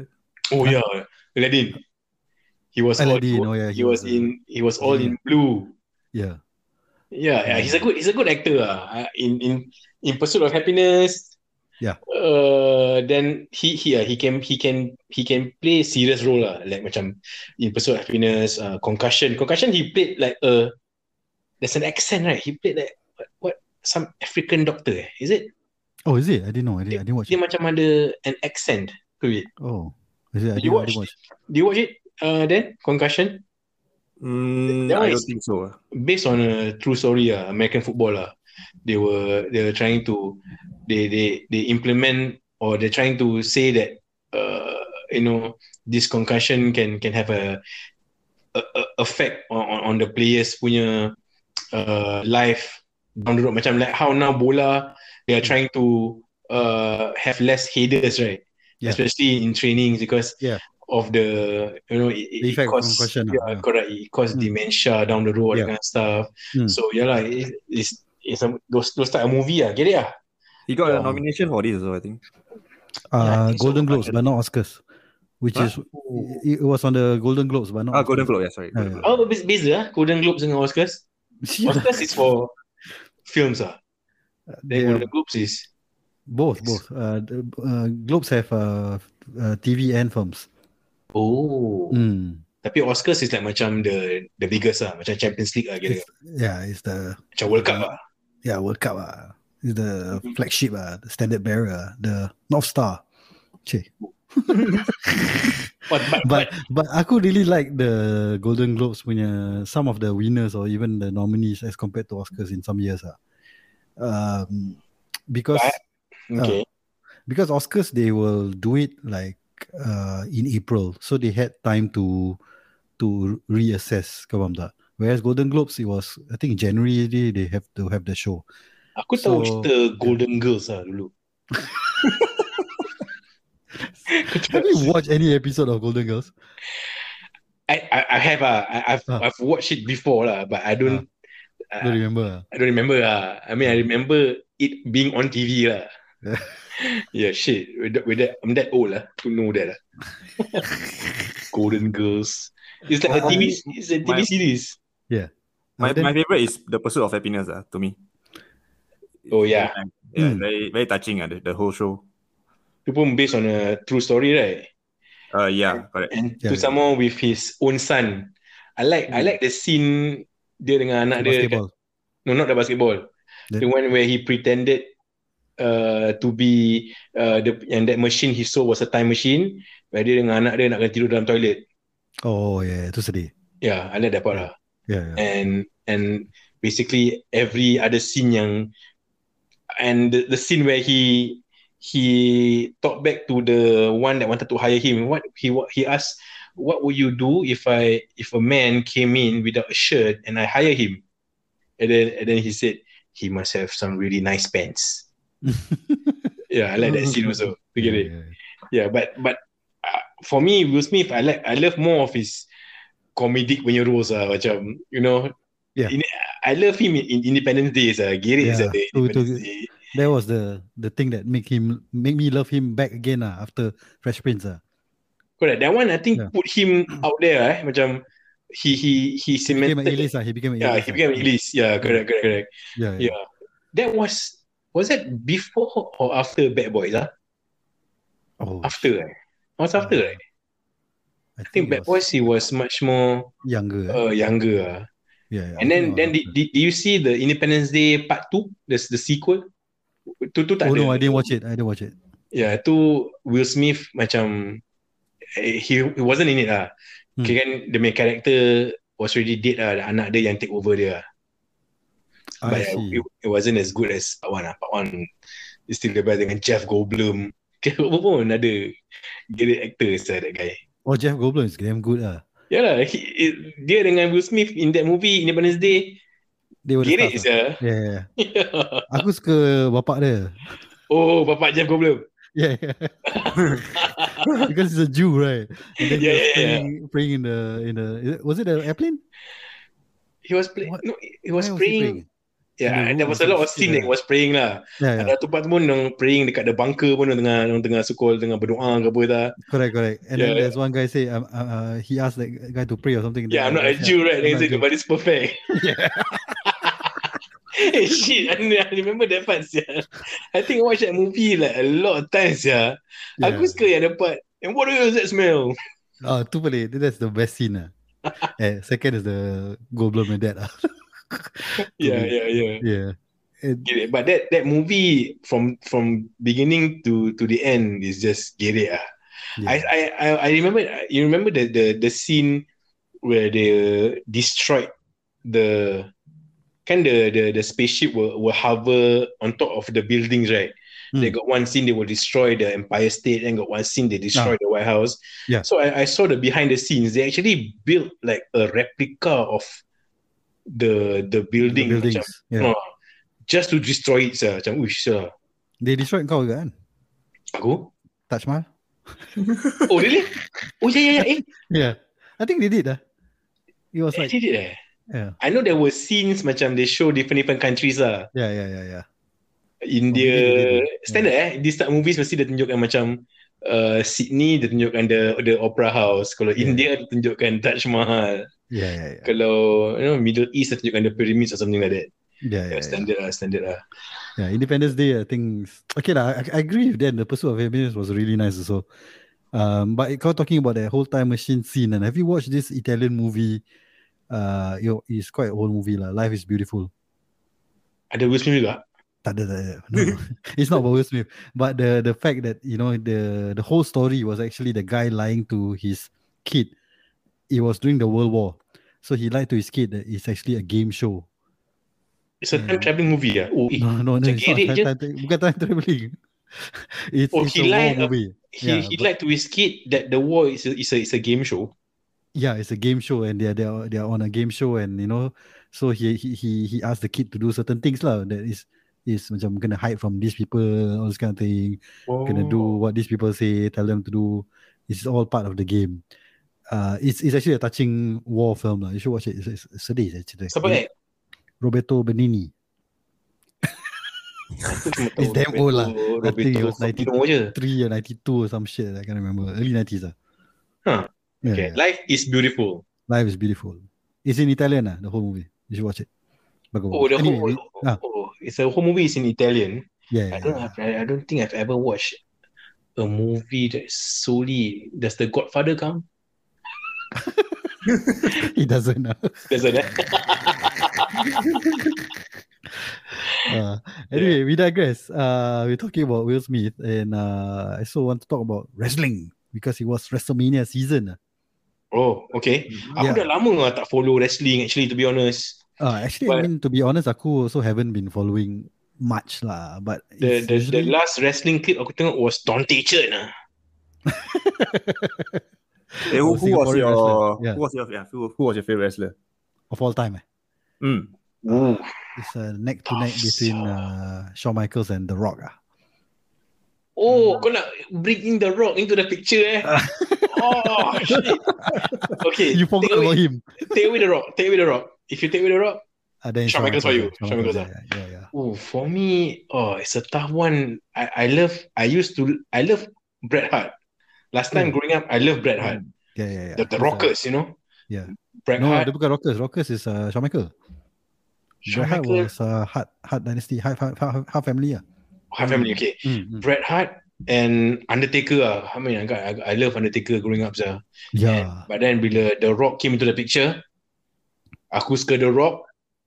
Speaker 2: Oh yeah, Aladdin. He was
Speaker 1: Aladdin,
Speaker 2: all,
Speaker 1: oh yeah,
Speaker 2: he, was in he was all in blue.
Speaker 1: Yeah.
Speaker 2: Yeah, yeah, he's a good he's a good actor ah. Uh, in in in pursuit of happiness.
Speaker 1: Yeah.
Speaker 2: Uh, then he he ah, he can he can he can play serious role lah. Like macam in pursuit of happiness, uh, concussion, concussion. He played like a there's an accent right. He played like what, what some African doctor. eh? Is it?
Speaker 1: Oh, is it? I didn't know. I didn't, I didn't watch
Speaker 2: Dia
Speaker 1: it.
Speaker 2: macam ada an accent to it.
Speaker 1: Oh, is it? I didn't,
Speaker 2: Did you
Speaker 1: I didn't watch.
Speaker 2: Do you watch it? Uh, then concussion
Speaker 3: Mm,
Speaker 2: That one
Speaker 3: I
Speaker 2: is-
Speaker 3: don't think so.
Speaker 2: based on a true story ah, American football lah. They were they were trying to they they they implement or they're trying to say that uh, you know this concussion can can have a, a, a effect on, on on the players punya uh, life down the road macam like how now bola they are trying to uh, have less headers right
Speaker 1: Yeah.
Speaker 2: especially in trainings because
Speaker 1: Yeah.
Speaker 2: of the you know it,
Speaker 1: The
Speaker 2: it, it
Speaker 1: effect of
Speaker 2: causes
Speaker 1: concussion,
Speaker 2: yeah,
Speaker 1: yeah.
Speaker 2: correct it causes
Speaker 1: Mm.
Speaker 2: dementia down the road
Speaker 1: Yeah.
Speaker 2: that kind of stuff
Speaker 1: Mm.
Speaker 2: so yeah like it, it's it's a, those those type of movie ah get it ah
Speaker 3: He got
Speaker 2: Yeah.
Speaker 3: a nomination for this also, I think.
Speaker 2: I
Speaker 1: Uh,
Speaker 2: think so,
Speaker 1: Golden Globes,
Speaker 2: actually.
Speaker 1: but not Oscars, which
Speaker 3: Huh?
Speaker 1: is it, it was on the Golden Globes, but not.
Speaker 3: Ah, Golden
Speaker 1: Oscars.
Speaker 3: Globe, yeah, sorry.
Speaker 1: Yeah,
Speaker 3: Golden
Speaker 1: yeah.
Speaker 3: Globe.
Speaker 2: oh beza, beza ah Golden Globes dengan Oscars
Speaker 1: Yeah,
Speaker 2: Oscars is for films ah
Speaker 1: they
Speaker 2: then
Speaker 1: are
Speaker 2: Golden Globes is
Speaker 1: both, both. Uh, the- uh, Globes have uh, uh, TV and films.
Speaker 2: Oh.
Speaker 1: Mm.
Speaker 2: Tapi Oscars is like macam the the biggest lah. Macam Champions League lah kira.
Speaker 1: It's, yeah, it's the
Speaker 2: Macam World Cup ah. lah.
Speaker 1: yeah World Cup ah. It's the
Speaker 2: Mhm.
Speaker 1: flagship ah, the standard bearer, ah, the North Star. Che.
Speaker 2: But, but, but,
Speaker 1: But but aku really like the Golden Globes punya some of the winners or even the nominees as compared to Oscars in some years ah. Um, because ah.
Speaker 2: okay.
Speaker 1: because Oscars they will do it like uh, in April, so they had time to to reassess. Kau faham tak? Whereas Golden Globes it was I think January already they have to have the show.
Speaker 2: Aku tahu
Speaker 1: So-
Speaker 2: cerita Golden Girls lah dulu.
Speaker 1: Have you watched any episode of Golden Girls?
Speaker 2: I, I, I have ah. I, I've
Speaker 1: Ah.
Speaker 2: I've watched it before lah, but I don't
Speaker 1: Don't remember. ah?
Speaker 2: I don't remember lah. I mean, I remember it being on TV lah. yeah, shit. With that, with that, I'm that old lah to know that lah. Golden Girls. It's like a
Speaker 1: Well,
Speaker 2: TV. It's a TV
Speaker 3: my-
Speaker 2: series.
Speaker 3: My,
Speaker 1: But then-
Speaker 3: my favorite is the pursuit of happiness uh, to me.
Speaker 2: Oh, yeah.
Speaker 3: yeah,
Speaker 1: Mm.
Speaker 3: very very touching uh, the, the whole show.
Speaker 2: Itu pun based on a true story, right?
Speaker 3: Uh,
Speaker 1: Hmm.
Speaker 3: yeah, correct.
Speaker 2: And
Speaker 1: Yeah.
Speaker 2: to someone with his own son. I like I like the scene dia dengan anak dia.
Speaker 1: basketball.
Speaker 2: No, not the basketball.
Speaker 1: The-
Speaker 2: The, one where he pretended uh, to be uh, the and that machine he sold was a time machine. Where dia dengan anak dia nak kena tidur dalam toilet.
Speaker 1: Oh yeah, itu sedih.
Speaker 2: Yeah, I like that part lah.
Speaker 1: Yeah, yeah.
Speaker 3: Eh,
Speaker 2: And and basically every other scene yang and the, the scene where he he talked back to the one that wanted to hire him. What he wa- he asked, what would you do if I if a man came in without a shirt and I hire him? And then and then he said he must have some really nice pants. yeah, I like that scene also. You get it?
Speaker 1: Yeah, yeah.
Speaker 2: Yeah, but but uh, for me, Will Smith, I like I love more of his comedic punya roles lah, macam you know.
Speaker 1: Yeah.
Speaker 2: In, I love him in, in Independence uh, Days lah. Gerik
Speaker 1: Yeah,
Speaker 2: yeah, the
Speaker 1: true, true.
Speaker 2: Independence Day.
Speaker 1: That was the the thing that make him make me love him back again ah after Fresh Prince ah.
Speaker 2: Correct. That one I think
Speaker 1: Yeah.
Speaker 2: put him out there eh, macam he he he
Speaker 1: He became an
Speaker 2: cemented.
Speaker 1: A-list ah. He became an
Speaker 2: yeah,
Speaker 1: A-list.
Speaker 2: he became an A-list. Yeah, correct, correct, correct.
Speaker 1: Yeah, yeah.
Speaker 2: That was was that before or after Bad Boys ah?
Speaker 1: Oh,
Speaker 2: After eh? Was after right?
Speaker 1: I
Speaker 2: I
Speaker 1: it
Speaker 2: think Bad Boys he was much more
Speaker 1: younger. eh?
Speaker 2: uh, younger ah.
Speaker 1: yeah, yeah.
Speaker 2: And
Speaker 1: No,
Speaker 2: then then
Speaker 1: no.
Speaker 2: did, did, did you see the Independence Day part 2? There's the sequel? Tu tu tak
Speaker 1: Oh
Speaker 2: ada.
Speaker 1: no, I didn't watch it. I didn't watch it.
Speaker 2: Yeah, tu Will Smith macam eh, he, he wasn't in it lah.
Speaker 1: Hmm.
Speaker 2: Okay kan the main character was already dead lah. The anak dia yang take over dia. lah. But
Speaker 1: I
Speaker 2: yeah,
Speaker 1: see.
Speaker 2: it, it, wasn't as good as part 1 lah. Part 1 is still the best dengan Jeff Goldblum. Kenapa pun ada great actor saya that guy.
Speaker 1: Oh, Jeff Goldblum is damn good ah.
Speaker 2: Yalah, he, it, dia dengan Will Smith in that movie Independence Day,
Speaker 1: They were the
Speaker 2: gerik
Speaker 1: stars, ah.
Speaker 2: je.
Speaker 1: Yeah, yeah. Aku suka bapak dia.
Speaker 2: oh, bapak Jeff Goldblum.
Speaker 1: Yeah, yeah. because he's a Jew, right? And then he
Speaker 2: Yeah,
Speaker 1: was
Speaker 2: yeah, yeah.
Speaker 1: praying, praying in the in the is it- was it an airplane?
Speaker 2: He was playing.
Speaker 1: What?
Speaker 2: No, he was
Speaker 1: Where In
Speaker 2: praying.
Speaker 1: the
Speaker 2: Yeah, and there
Speaker 1: room
Speaker 2: was a lot
Speaker 1: was
Speaker 2: of scene
Speaker 1: still
Speaker 2: that was praying lah.
Speaker 1: Yeah, yeah.
Speaker 2: Ada tu part pun yang praying dekat the bunker pun yang tengah yang tengah sukol tengah berdoa ke apa dah.
Speaker 1: Correct, correct. And then
Speaker 2: Yeah.
Speaker 1: there's one guy say, um, uh, uh, he asked that guy to pray or something.
Speaker 2: Yeah, I'm not a Jew, right? Then he said,
Speaker 1: Jew.
Speaker 2: but it's perfect.
Speaker 1: Yeah.
Speaker 2: hey, shit, I, I remember that part, yeah. I think I watched that movie like a lot of times, yeah.
Speaker 1: Yeah.
Speaker 2: Aku suka yang ada part, and what is that smell?
Speaker 1: Oh, tu boleh. That's the best scene. Ah. eh, second is the Goldblum and that. Ah.
Speaker 2: yeah, yeah, yeah.
Speaker 1: Yeah. And
Speaker 2: Get it. But that that movie from from beginning to to the end is just get it ah. I,
Speaker 1: yeah.
Speaker 2: I I I remember you remember the the the scene where they uh, destroyed the kan the the the spaceship will will hover on top of the buildings right.
Speaker 1: Hmm.
Speaker 2: They got one scene they will destroy the Empire State and got one scene they destroy the White House.
Speaker 1: Ah. Yeah.
Speaker 2: So I, I saw the behind the scenes. They actually built like a replica of the the
Speaker 1: The
Speaker 2: building
Speaker 1: buildings.
Speaker 2: macam,
Speaker 1: yeah.
Speaker 2: oh, just to destroy it sah. Macam uish sah.
Speaker 1: They destroyed kau kan?
Speaker 2: Aku?
Speaker 1: Taj Mahal?
Speaker 2: Oh really? Oh yeah yeah yeah. Eh,
Speaker 1: Yeah. I think they did lah. It was
Speaker 2: They
Speaker 1: like,
Speaker 2: did it eh?
Speaker 1: Yeah.
Speaker 2: I know there were scenes macam they show different different countries lah.
Speaker 1: yeah, yeah, yeah, yeah.
Speaker 2: India
Speaker 1: Oh, really, really?
Speaker 2: standard eh. These type movies mesti dia tunjukkan macam uh, Sydney dia tunjukkan the the opera house. Kalau
Speaker 1: Yeah.
Speaker 2: India dia tunjukkan Taj Mahal.
Speaker 1: Yeah, yeah, yeah.
Speaker 2: Kalau you know Middle East dia tunjukkan the pyramids or something like that.
Speaker 1: Yeah, yeah,
Speaker 2: Yeah,
Speaker 1: yeah.
Speaker 2: standard lah, standard lah.
Speaker 1: yeah. Independence Day, I think. Okay, lah, I, I agree with that. The Pursuit of Happiness was really nice also. Um, but kau talking about that whole time machine scene and have you watched this Italian movie? Uh, yo, it's quite an old movie lah. Life is beautiful.
Speaker 2: Ada Will Smith juga.
Speaker 1: Tak ada, tak ada. No, no. it's not about Will Smith. But the the fact that you know the the whole story was actually the guy lying to his kid. It was during the World War, so he lied to his kid that it's actually a game show.
Speaker 2: It's a time traveling movie ah. Oh, eh.
Speaker 1: No, no, no. It's not
Speaker 2: Jerit
Speaker 1: time,
Speaker 2: je.
Speaker 1: time, tra- bukan time traveling. It's,
Speaker 2: Oh,
Speaker 1: it's
Speaker 2: he
Speaker 1: a war
Speaker 2: lied, uh,
Speaker 1: movie.
Speaker 2: He
Speaker 1: Yeah,
Speaker 2: he
Speaker 1: but-
Speaker 2: lied to his kid that the war is a, is a, is a game show.
Speaker 1: yeah, it's a game show, and they are they are, they are on a game show, and you know, so he he he he asked the kid to do certain things lah. That is is macam gonna hide from these people, all this kind of thing. Gonna do
Speaker 2: Oh.
Speaker 1: what these people say, tell them to do. It's all part of the game. Uh, it's it's actually a touching war film lah. You should watch it. It's, it's sedih saya cerita.
Speaker 2: Siapa eh?
Speaker 1: Roberto Benini.
Speaker 2: Aku cuma tahu
Speaker 1: It's damn old lah.
Speaker 2: Roberto-
Speaker 1: I think it was
Speaker 2: Roberto
Speaker 1: 90.
Speaker 2: Firmino je.
Speaker 1: 3 or 92 or some shit. I can't remember. Early 90s. Ah.
Speaker 2: Huh.
Speaker 1: Yeah,
Speaker 2: Okay,
Speaker 1: yeah.
Speaker 2: life is beautiful.
Speaker 1: Life is beautiful. It's in Italian, ah, the whole movie. You should watch it. Bagus.
Speaker 2: Oh, the
Speaker 1: Anyway,
Speaker 2: whole
Speaker 1: we- ah.
Speaker 2: oh, it's a whole movie is in Italian.
Speaker 1: yeah, yeah,
Speaker 2: I don't
Speaker 1: yeah.
Speaker 2: have, I, I don't think I've ever watched a movie that is solely does the Godfather come?
Speaker 1: It doesn't. ah.
Speaker 2: Doesn't eh?
Speaker 1: Uh, anyway, we digress. Uh, we're talking about Will Smith, and uh, I also want to talk about wrestling because it was WrestleMania season. ah.
Speaker 2: Oh, okay. Aku
Speaker 1: Yeah.
Speaker 2: dah lama lah tak follow wrestling actually to be honest.
Speaker 1: Uh, actually, I
Speaker 2: But-
Speaker 1: mean to be honest, aku also haven't been following much lah. But it's
Speaker 2: The the, the
Speaker 1: usually-
Speaker 2: last wrestling clip aku tengok was Don Tacher lah.
Speaker 3: Eh,
Speaker 1: Oh,
Speaker 3: who, who was
Speaker 1: Singaporean
Speaker 3: your
Speaker 1: wrestler. Yeah.
Speaker 3: who was your yeah, who, who was your favorite wrestler?
Speaker 1: of all time, eh?
Speaker 3: Mm.
Speaker 2: Ooh.
Speaker 1: it's a neck to neck
Speaker 2: Tough
Speaker 1: between
Speaker 2: sell.
Speaker 1: uh, Shawn Michaels and The Rock. Ah,
Speaker 2: Oh, kau nak bringing the rock into the picture eh? oh, shit.
Speaker 1: Ah.
Speaker 2: Okay,
Speaker 1: you forgot
Speaker 2: take
Speaker 1: about
Speaker 2: away,
Speaker 1: him.
Speaker 2: take away the rock. Take away the rock. If you take away the rock,
Speaker 1: Uh, then
Speaker 2: Shawn Michaels for you.
Speaker 1: ah.
Speaker 2: Shawn Michaels,
Speaker 1: yeah, yeah, yeah.
Speaker 2: Oh, for me, oh, it's a tough one. I, I love, I used to, I love Bret Hart. Last time growing up, I love Bret Hart.
Speaker 1: yeah, yeah, yeah.
Speaker 2: The,
Speaker 1: He's,
Speaker 2: the
Speaker 1: uh,
Speaker 2: Rockers, you know?
Speaker 1: yeah.
Speaker 2: Bret
Speaker 1: No,
Speaker 2: Hart,
Speaker 1: dia bukan Rockers. Rockers is uh, Shawn Michaels.
Speaker 2: Shawn
Speaker 1: Bret Hart was
Speaker 2: Michaels,
Speaker 1: uh, Hart, Hart Dynasty, Hart, Hart, Hart, Hart family. Ah.
Speaker 2: Hart family, okay.
Speaker 1: Mm, mm.
Speaker 2: Bret Hart and Undertaker. ah. I mean, I, got, I, I love Undertaker growing up. Sir.
Speaker 1: Yeah.
Speaker 2: But then bila The Rock came into the picture, aku suka The Rock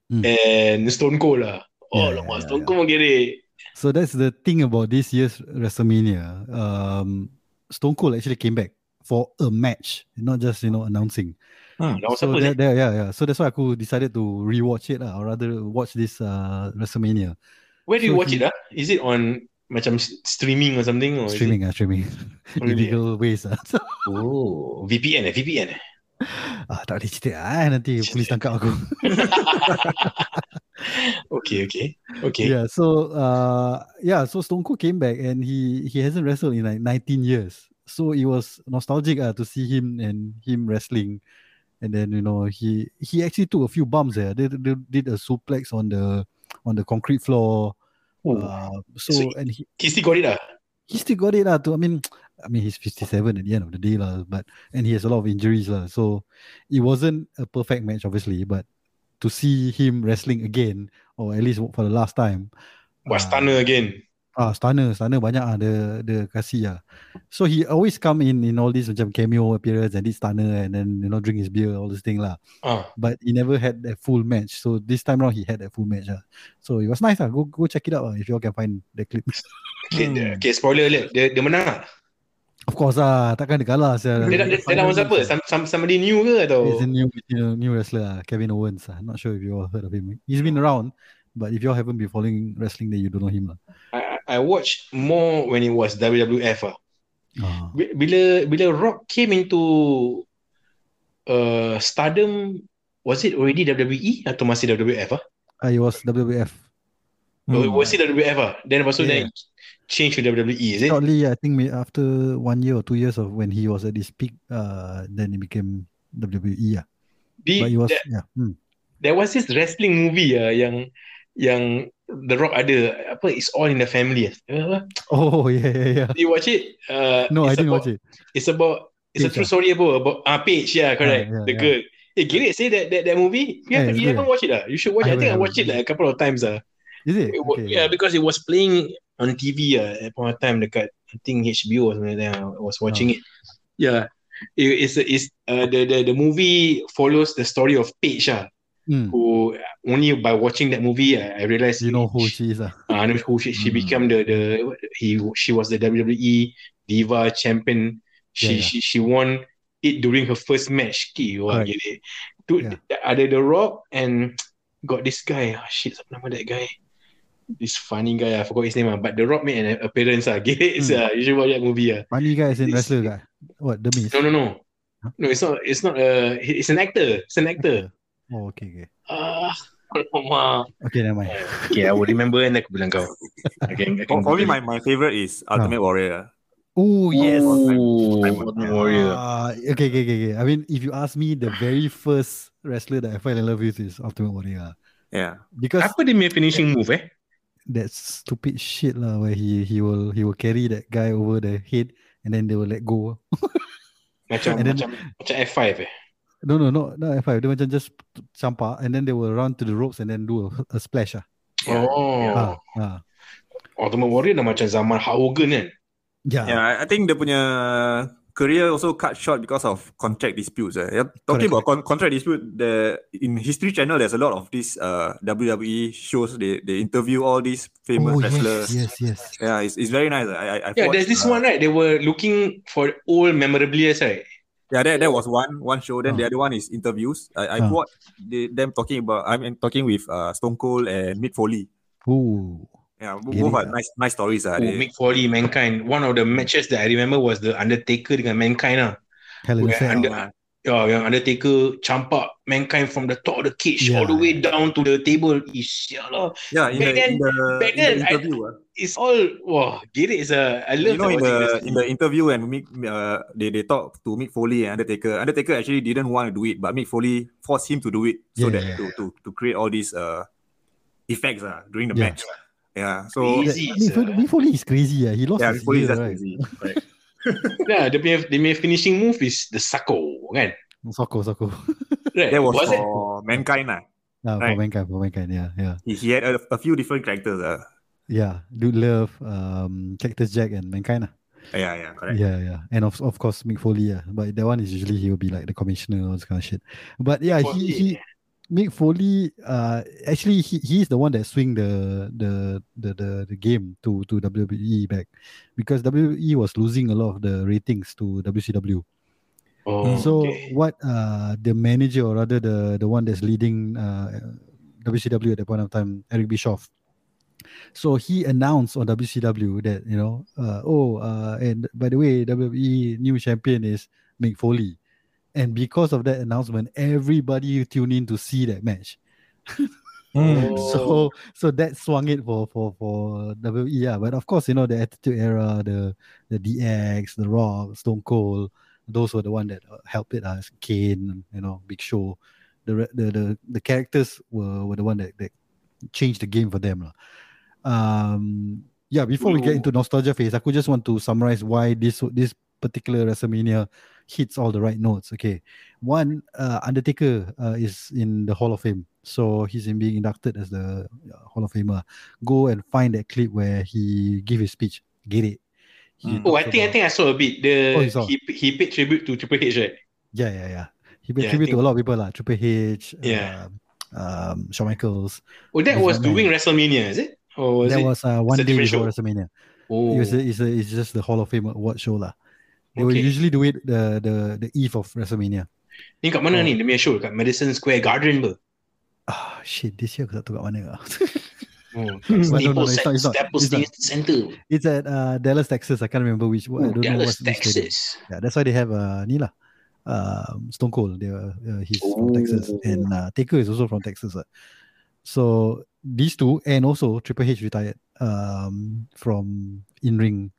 Speaker 1: Hmm.
Speaker 2: and Stone Cold lah. Oh,
Speaker 1: Yeah,
Speaker 2: lama,
Speaker 1: yeah, yeah.
Speaker 2: Stone Cold menggerik.
Speaker 1: So that's the thing about this year's WrestleMania. Um, Stone Cold actually came back for a match, not just you know announcing.
Speaker 2: Lawan
Speaker 1: so
Speaker 2: siapa,
Speaker 1: that, that- yeah, yeah. So that's why aku decided to rewatch it lah, or rather watch this uh, WrestleMania
Speaker 2: Where do you
Speaker 1: so
Speaker 2: watch
Speaker 1: he-
Speaker 2: it ah? Is it on macam s- streaming or something? Or is it-
Speaker 1: streaming, ah, streaming
Speaker 2: Oh, really?
Speaker 1: illegal ways ah. So,
Speaker 2: Oh, VPN eh, VPN eh.
Speaker 1: ah, tak boleh cerita ah nanti
Speaker 2: Cerita.
Speaker 1: polis tangkap aku.
Speaker 2: Okay, okay, okay.
Speaker 1: Yeah, so uh yeah, so Stone Cold came back and he he hasn't wrestled in like 19 years. So it was nostalgic uh, to see him and him wrestling. And then you know he he actually took a few bumps there. They, they did a suplex on the on the concrete floor.
Speaker 2: Oh,
Speaker 1: Uh, so,
Speaker 2: So-
Speaker 1: and he,
Speaker 2: he still got it ah.
Speaker 1: he still got it lah. To I mean, I mean he's 57 at the end of the day lah. But and he has a lot of injuries lah. So it wasn't a perfect match obviously, but to see him wrestling again or at least for the last time.
Speaker 2: Buat
Speaker 1: uh,
Speaker 2: stunner again.
Speaker 1: Ah, stunner, stunner banyak ah dia dia kasih ah. So he always come in in all these macam cameo appearance and this stunner and then you know drink his beer all this thing lah.
Speaker 2: Ah,
Speaker 1: But he never had that full match. So this time round he had that full match ah. So it was nice ah. Go go check it out ah, if you all can find the clip.
Speaker 2: okay,
Speaker 3: Hmm.
Speaker 2: dia- okay, spoiler alert. Dia, dia menang ah.
Speaker 1: Of course ah, takkan dia kalah sia.
Speaker 2: Dia, dia, dia lawan siapa? Some, some, somebody new
Speaker 1: He's
Speaker 2: ke atau?
Speaker 1: a new new, new wrestler ah, Kevin Owens ah. Not sure if you all heard of him. He's been around, but if you all haven't been following wrestling then you don't know him lah.
Speaker 2: I, I I watched more when it was WWF ah.
Speaker 1: Ah.
Speaker 2: Bi- Bila bila Rock came into uh, stardom, was it already WWE atau masih WWF ah?
Speaker 1: Ah, it was WWF.
Speaker 2: Oh,
Speaker 3: Hmm.
Speaker 2: Was it WWF ah? Then lepas tu
Speaker 1: Yeah.
Speaker 2: then change to WWE is it?
Speaker 1: shortly, I think may- after one year or two years of when he was at his peak, uh, then he became WWE. Yeah.
Speaker 2: Di,
Speaker 1: But he was
Speaker 2: there,
Speaker 1: yeah. Hmm.
Speaker 2: there was this wrestling movie ah yang yang The Rock ada apa It's All in the Family. ah.
Speaker 1: Oh yeah, yeah, yeah.
Speaker 2: Did you watch it? Uh,
Speaker 1: No, I
Speaker 2: it's
Speaker 1: didn't
Speaker 2: about,
Speaker 1: watch it.
Speaker 2: It's about it's a
Speaker 1: Paige,
Speaker 2: true story about about ah Paige yeah correct
Speaker 1: yeah,
Speaker 2: the
Speaker 1: yeah.
Speaker 2: girl. Eh, Gerrit say that that that movie. You
Speaker 1: Yeah,
Speaker 2: haven't,
Speaker 1: it's
Speaker 2: you
Speaker 1: good.
Speaker 2: haven't watched it ah? You should watch.
Speaker 1: I
Speaker 2: it. I think I
Speaker 1: haven't,
Speaker 2: watched it
Speaker 1: haven't.
Speaker 2: like a couple of times ah.
Speaker 1: Is it?
Speaker 2: It wa-
Speaker 1: Okay.
Speaker 2: Yeah, because it was playing on TV ah uh, at point of time dekat I think HBO or something like that. I was
Speaker 1: Ah.
Speaker 2: watching it. Yeah, It- it's it's uh, the the the movie follows the story of Paige ah,
Speaker 1: Mm.
Speaker 2: who only by watching that movie I, I realized
Speaker 1: You know who she is. ah.
Speaker 2: Ah, I know who she, she
Speaker 1: Mm.
Speaker 2: became the the he she was the WWE Diva Champion.
Speaker 1: Yeah,
Speaker 2: She
Speaker 1: yeah.
Speaker 2: she she won it during her first match. Ki, wah,
Speaker 1: Correct.
Speaker 2: gila. Tu-
Speaker 1: Yeah.
Speaker 2: Ada The Rock and got this guy. Ah, shit, apa nama that guy? This funny guy. I forgot his name. Ah, but The Rock made an appearance. Ah, gila.
Speaker 1: Mm.
Speaker 2: Ah, you should watch that movie. Ah,
Speaker 1: Money guy is in
Speaker 2: It's-
Speaker 1: wrestler guy. What the Miz?
Speaker 2: no no no.
Speaker 1: Huh?
Speaker 2: No, it's not. It's not. Uh, it's an actor. It's an actor.
Speaker 1: Oh okay okay.
Speaker 2: Ah, uh,
Speaker 1: Okay never mind.
Speaker 2: okay, I will remember and aku bilang kau. Okay, I can
Speaker 3: For, for me,
Speaker 2: Google
Speaker 3: my, my favorite is
Speaker 1: Ah.
Speaker 3: Ultimate Warrior.
Speaker 1: Oh yes.
Speaker 2: Ooh,
Speaker 3: I'm-
Speaker 2: Modern Warrior.
Speaker 1: Ah, okay, okay, okay, okay. I mean, if you ask me, the very first wrestler that I fell in love with is Ultimate Warrior. ah.
Speaker 3: Yeah.
Speaker 1: Because
Speaker 2: Apa dia punya finishing move eh?
Speaker 1: that stupid shit lah, where he he will he will carry that guy over the head and then they will let go.
Speaker 2: Macam
Speaker 1: And then-
Speaker 2: macam macam F5 eh.
Speaker 1: No, no, no, no. If I dia macam just campak and then they will run to the ropes and then do a, a splash ah.
Speaker 3: Yeah.
Speaker 2: Oh.
Speaker 1: Ah, ah.
Speaker 2: Ultimate Oh, Warrior dah macam zaman Hulk Hogan kan.
Speaker 1: Yeah.
Speaker 3: Yeah, I- I think dia punya career also cut short because of contract disputes. Eh. Yeah,
Speaker 1: Correct.
Speaker 3: talking about con- contract dispute, the in History Channel there's a lot of these uh, WWE shows. They they interview all these famous
Speaker 1: Oh
Speaker 3: wrestlers.
Speaker 1: yes, yes, yes.
Speaker 3: Yeah, it's, it's very nice. I I I've
Speaker 2: Yeah,
Speaker 3: watched,
Speaker 2: there's this
Speaker 3: uh,
Speaker 2: one right. They were looking for old memorabilia right.
Speaker 3: Yeah, that, that was one one show. Then the
Speaker 1: Ah.
Speaker 3: other one is interviews. I I
Speaker 1: Ah.
Speaker 3: watched the, them talking about. I'm mean, talking with uh, Stone Cold and Mick Foley.
Speaker 1: Ooh.
Speaker 3: Yeah, bo-
Speaker 1: Get
Speaker 3: both
Speaker 1: it,
Speaker 3: are
Speaker 1: ah.
Speaker 3: nice nice stories.
Speaker 2: Oh,
Speaker 3: Uh,
Speaker 2: Mick Foley, Mankind. One of the matches that I remember was the Undertaker dengan Mankind lah.
Speaker 1: Hell in a
Speaker 2: Where
Speaker 1: cell.
Speaker 2: under- Yeah, yang Undertaker campak Mankind from the top of the cage all
Speaker 1: Yeah.
Speaker 2: the way down to the table. Isya lah.
Speaker 3: yeah, in the,
Speaker 2: back then-
Speaker 3: in the,
Speaker 2: back
Speaker 3: in the
Speaker 2: then, I-
Speaker 3: interview. ah.
Speaker 2: It's all, wah, get it? It's a, I love
Speaker 3: you know, in
Speaker 2: watching
Speaker 3: the
Speaker 2: this.
Speaker 3: in the interview and Mick, uh, they they talk to Mick Foley and Undertaker. Undertaker actually didn't want to do it, but Mick Foley forced him to do it so
Speaker 1: Yeah,
Speaker 3: that
Speaker 1: yeah,
Speaker 3: to, to to create all these uh effects uh, during the
Speaker 1: Yeah.
Speaker 3: match. Yeah, so
Speaker 2: Yeah.
Speaker 1: Yeah,
Speaker 2: Crazy,
Speaker 1: Mick
Speaker 2: sir.
Speaker 1: Foley- Mick Foley is crazy. Yeah, he lost
Speaker 3: yeah,
Speaker 1: his
Speaker 3: Mick Foley is
Speaker 1: ear,
Speaker 3: just
Speaker 1: right?
Speaker 3: crazy. Right.
Speaker 2: Yeah, dia punya, dia punya finishing move is the Sako kan.
Speaker 1: Soko, soko.
Speaker 2: Right.
Speaker 3: That was,
Speaker 2: Was it?
Speaker 3: for mankind. Uh.
Speaker 1: Ah,
Speaker 3: Right.
Speaker 1: For mankind, for mankind. Yeah, yeah,
Speaker 3: He, he had a, a few different characters. Uh.
Speaker 1: yeah. Dude Love, um, Cactus Jack, and Mankind. ah.
Speaker 3: Yeah, yeah, correct.
Speaker 1: Yeah, yeah. And of of course Mick Foley, yeah. But that one is usually he'll be like the commissioner all this kind of shit. But yeah, Ah, he, he Mick Foley uh actually he, he is the one that swing the, the the the the game to to WWE back because WWE was losing a lot of the ratings to WCW.
Speaker 2: Oh,
Speaker 1: so
Speaker 2: okay.
Speaker 1: what uh the manager or rather the the one that's leading uh WCW at that point of time, Eric Bischoff. So he announced on WCW that you know, uh, oh, uh, and by the way, WWE new champion is Mick Foley, and because of that announcement, everybody tuned in to see that match.
Speaker 2: Mm.
Speaker 1: So so that swung it for for for WWE. Yeah. But of course, you know the Attitude Era, the the DX, the Rock, Stone Cold, those were the one that uh, helped it. Us Kane, you know, Big Show, the re- the the, the characters were, were the one that, that changed the game for them. lah. Um, yeah. Before we get
Speaker 2: Dulu-
Speaker 1: into nostalgia phase, I could just want to summarize why this this particular WrestleMania hits all the right notes. Okay, one uh, Undertaker uh, is in the Hall of Fame, so he's in being inducted as the uh, Hall of Famer. Go and find that clip where he give his speech. Get it? He
Speaker 3: Mm.
Speaker 2: Oh, I
Speaker 1: talks
Speaker 2: think I
Speaker 1: about-
Speaker 2: think I saw a bit. The
Speaker 1: Oh, you saw.
Speaker 2: he he paid tribute to Triple H, right?
Speaker 1: Yeah, yeah, yeah. He paid
Speaker 2: Yeah, I
Speaker 1: tribute to
Speaker 2: think-
Speaker 1: a lot of people, like Triple H,
Speaker 2: Yeah.
Speaker 1: uh, um, Shawn Michaels.
Speaker 2: Oh, that
Speaker 1: Yes,
Speaker 2: was
Speaker 1: I
Speaker 2: during WrestleMania, is it? Or was
Speaker 1: that
Speaker 2: it?
Speaker 1: was uh, one
Speaker 2: a
Speaker 1: day
Speaker 2: different
Speaker 1: before
Speaker 2: show?
Speaker 1: WrestleMania.
Speaker 2: oh,
Speaker 1: It was a, it's, a, it's just the Hall of Fame award show lah. They will
Speaker 2: okay.
Speaker 1: usually do it the the the eve of WrestleMania.
Speaker 2: Ni kat mana
Speaker 1: Oh.
Speaker 2: ni? Dia punya show kat Madison Square Garden ber.
Speaker 1: Ah shit, this year aku tak tahu kat mana. lah. Hmm.
Speaker 2: Oh,
Speaker 1: Well, no, no,
Speaker 2: Staples
Speaker 1: it's not- it's not-
Speaker 2: Staples
Speaker 1: it's not.
Speaker 2: Center.
Speaker 1: it's at uh, Dallas, Texas. I can't remember which. I
Speaker 2: Oh,
Speaker 1: don't know
Speaker 2: Dallas,
Speaker 1: what's which stadium.
Speaker 2: Texas.
Speaker 1: Yeah, that's why they have uh, ni lah. Um, Stone Cold, they are, uh, he's from Texas,
Speaker 2: Oh.
Speaker 1: and uh, Taker is also from Texas. ah. So these two, and also Triple H retired um, from in ring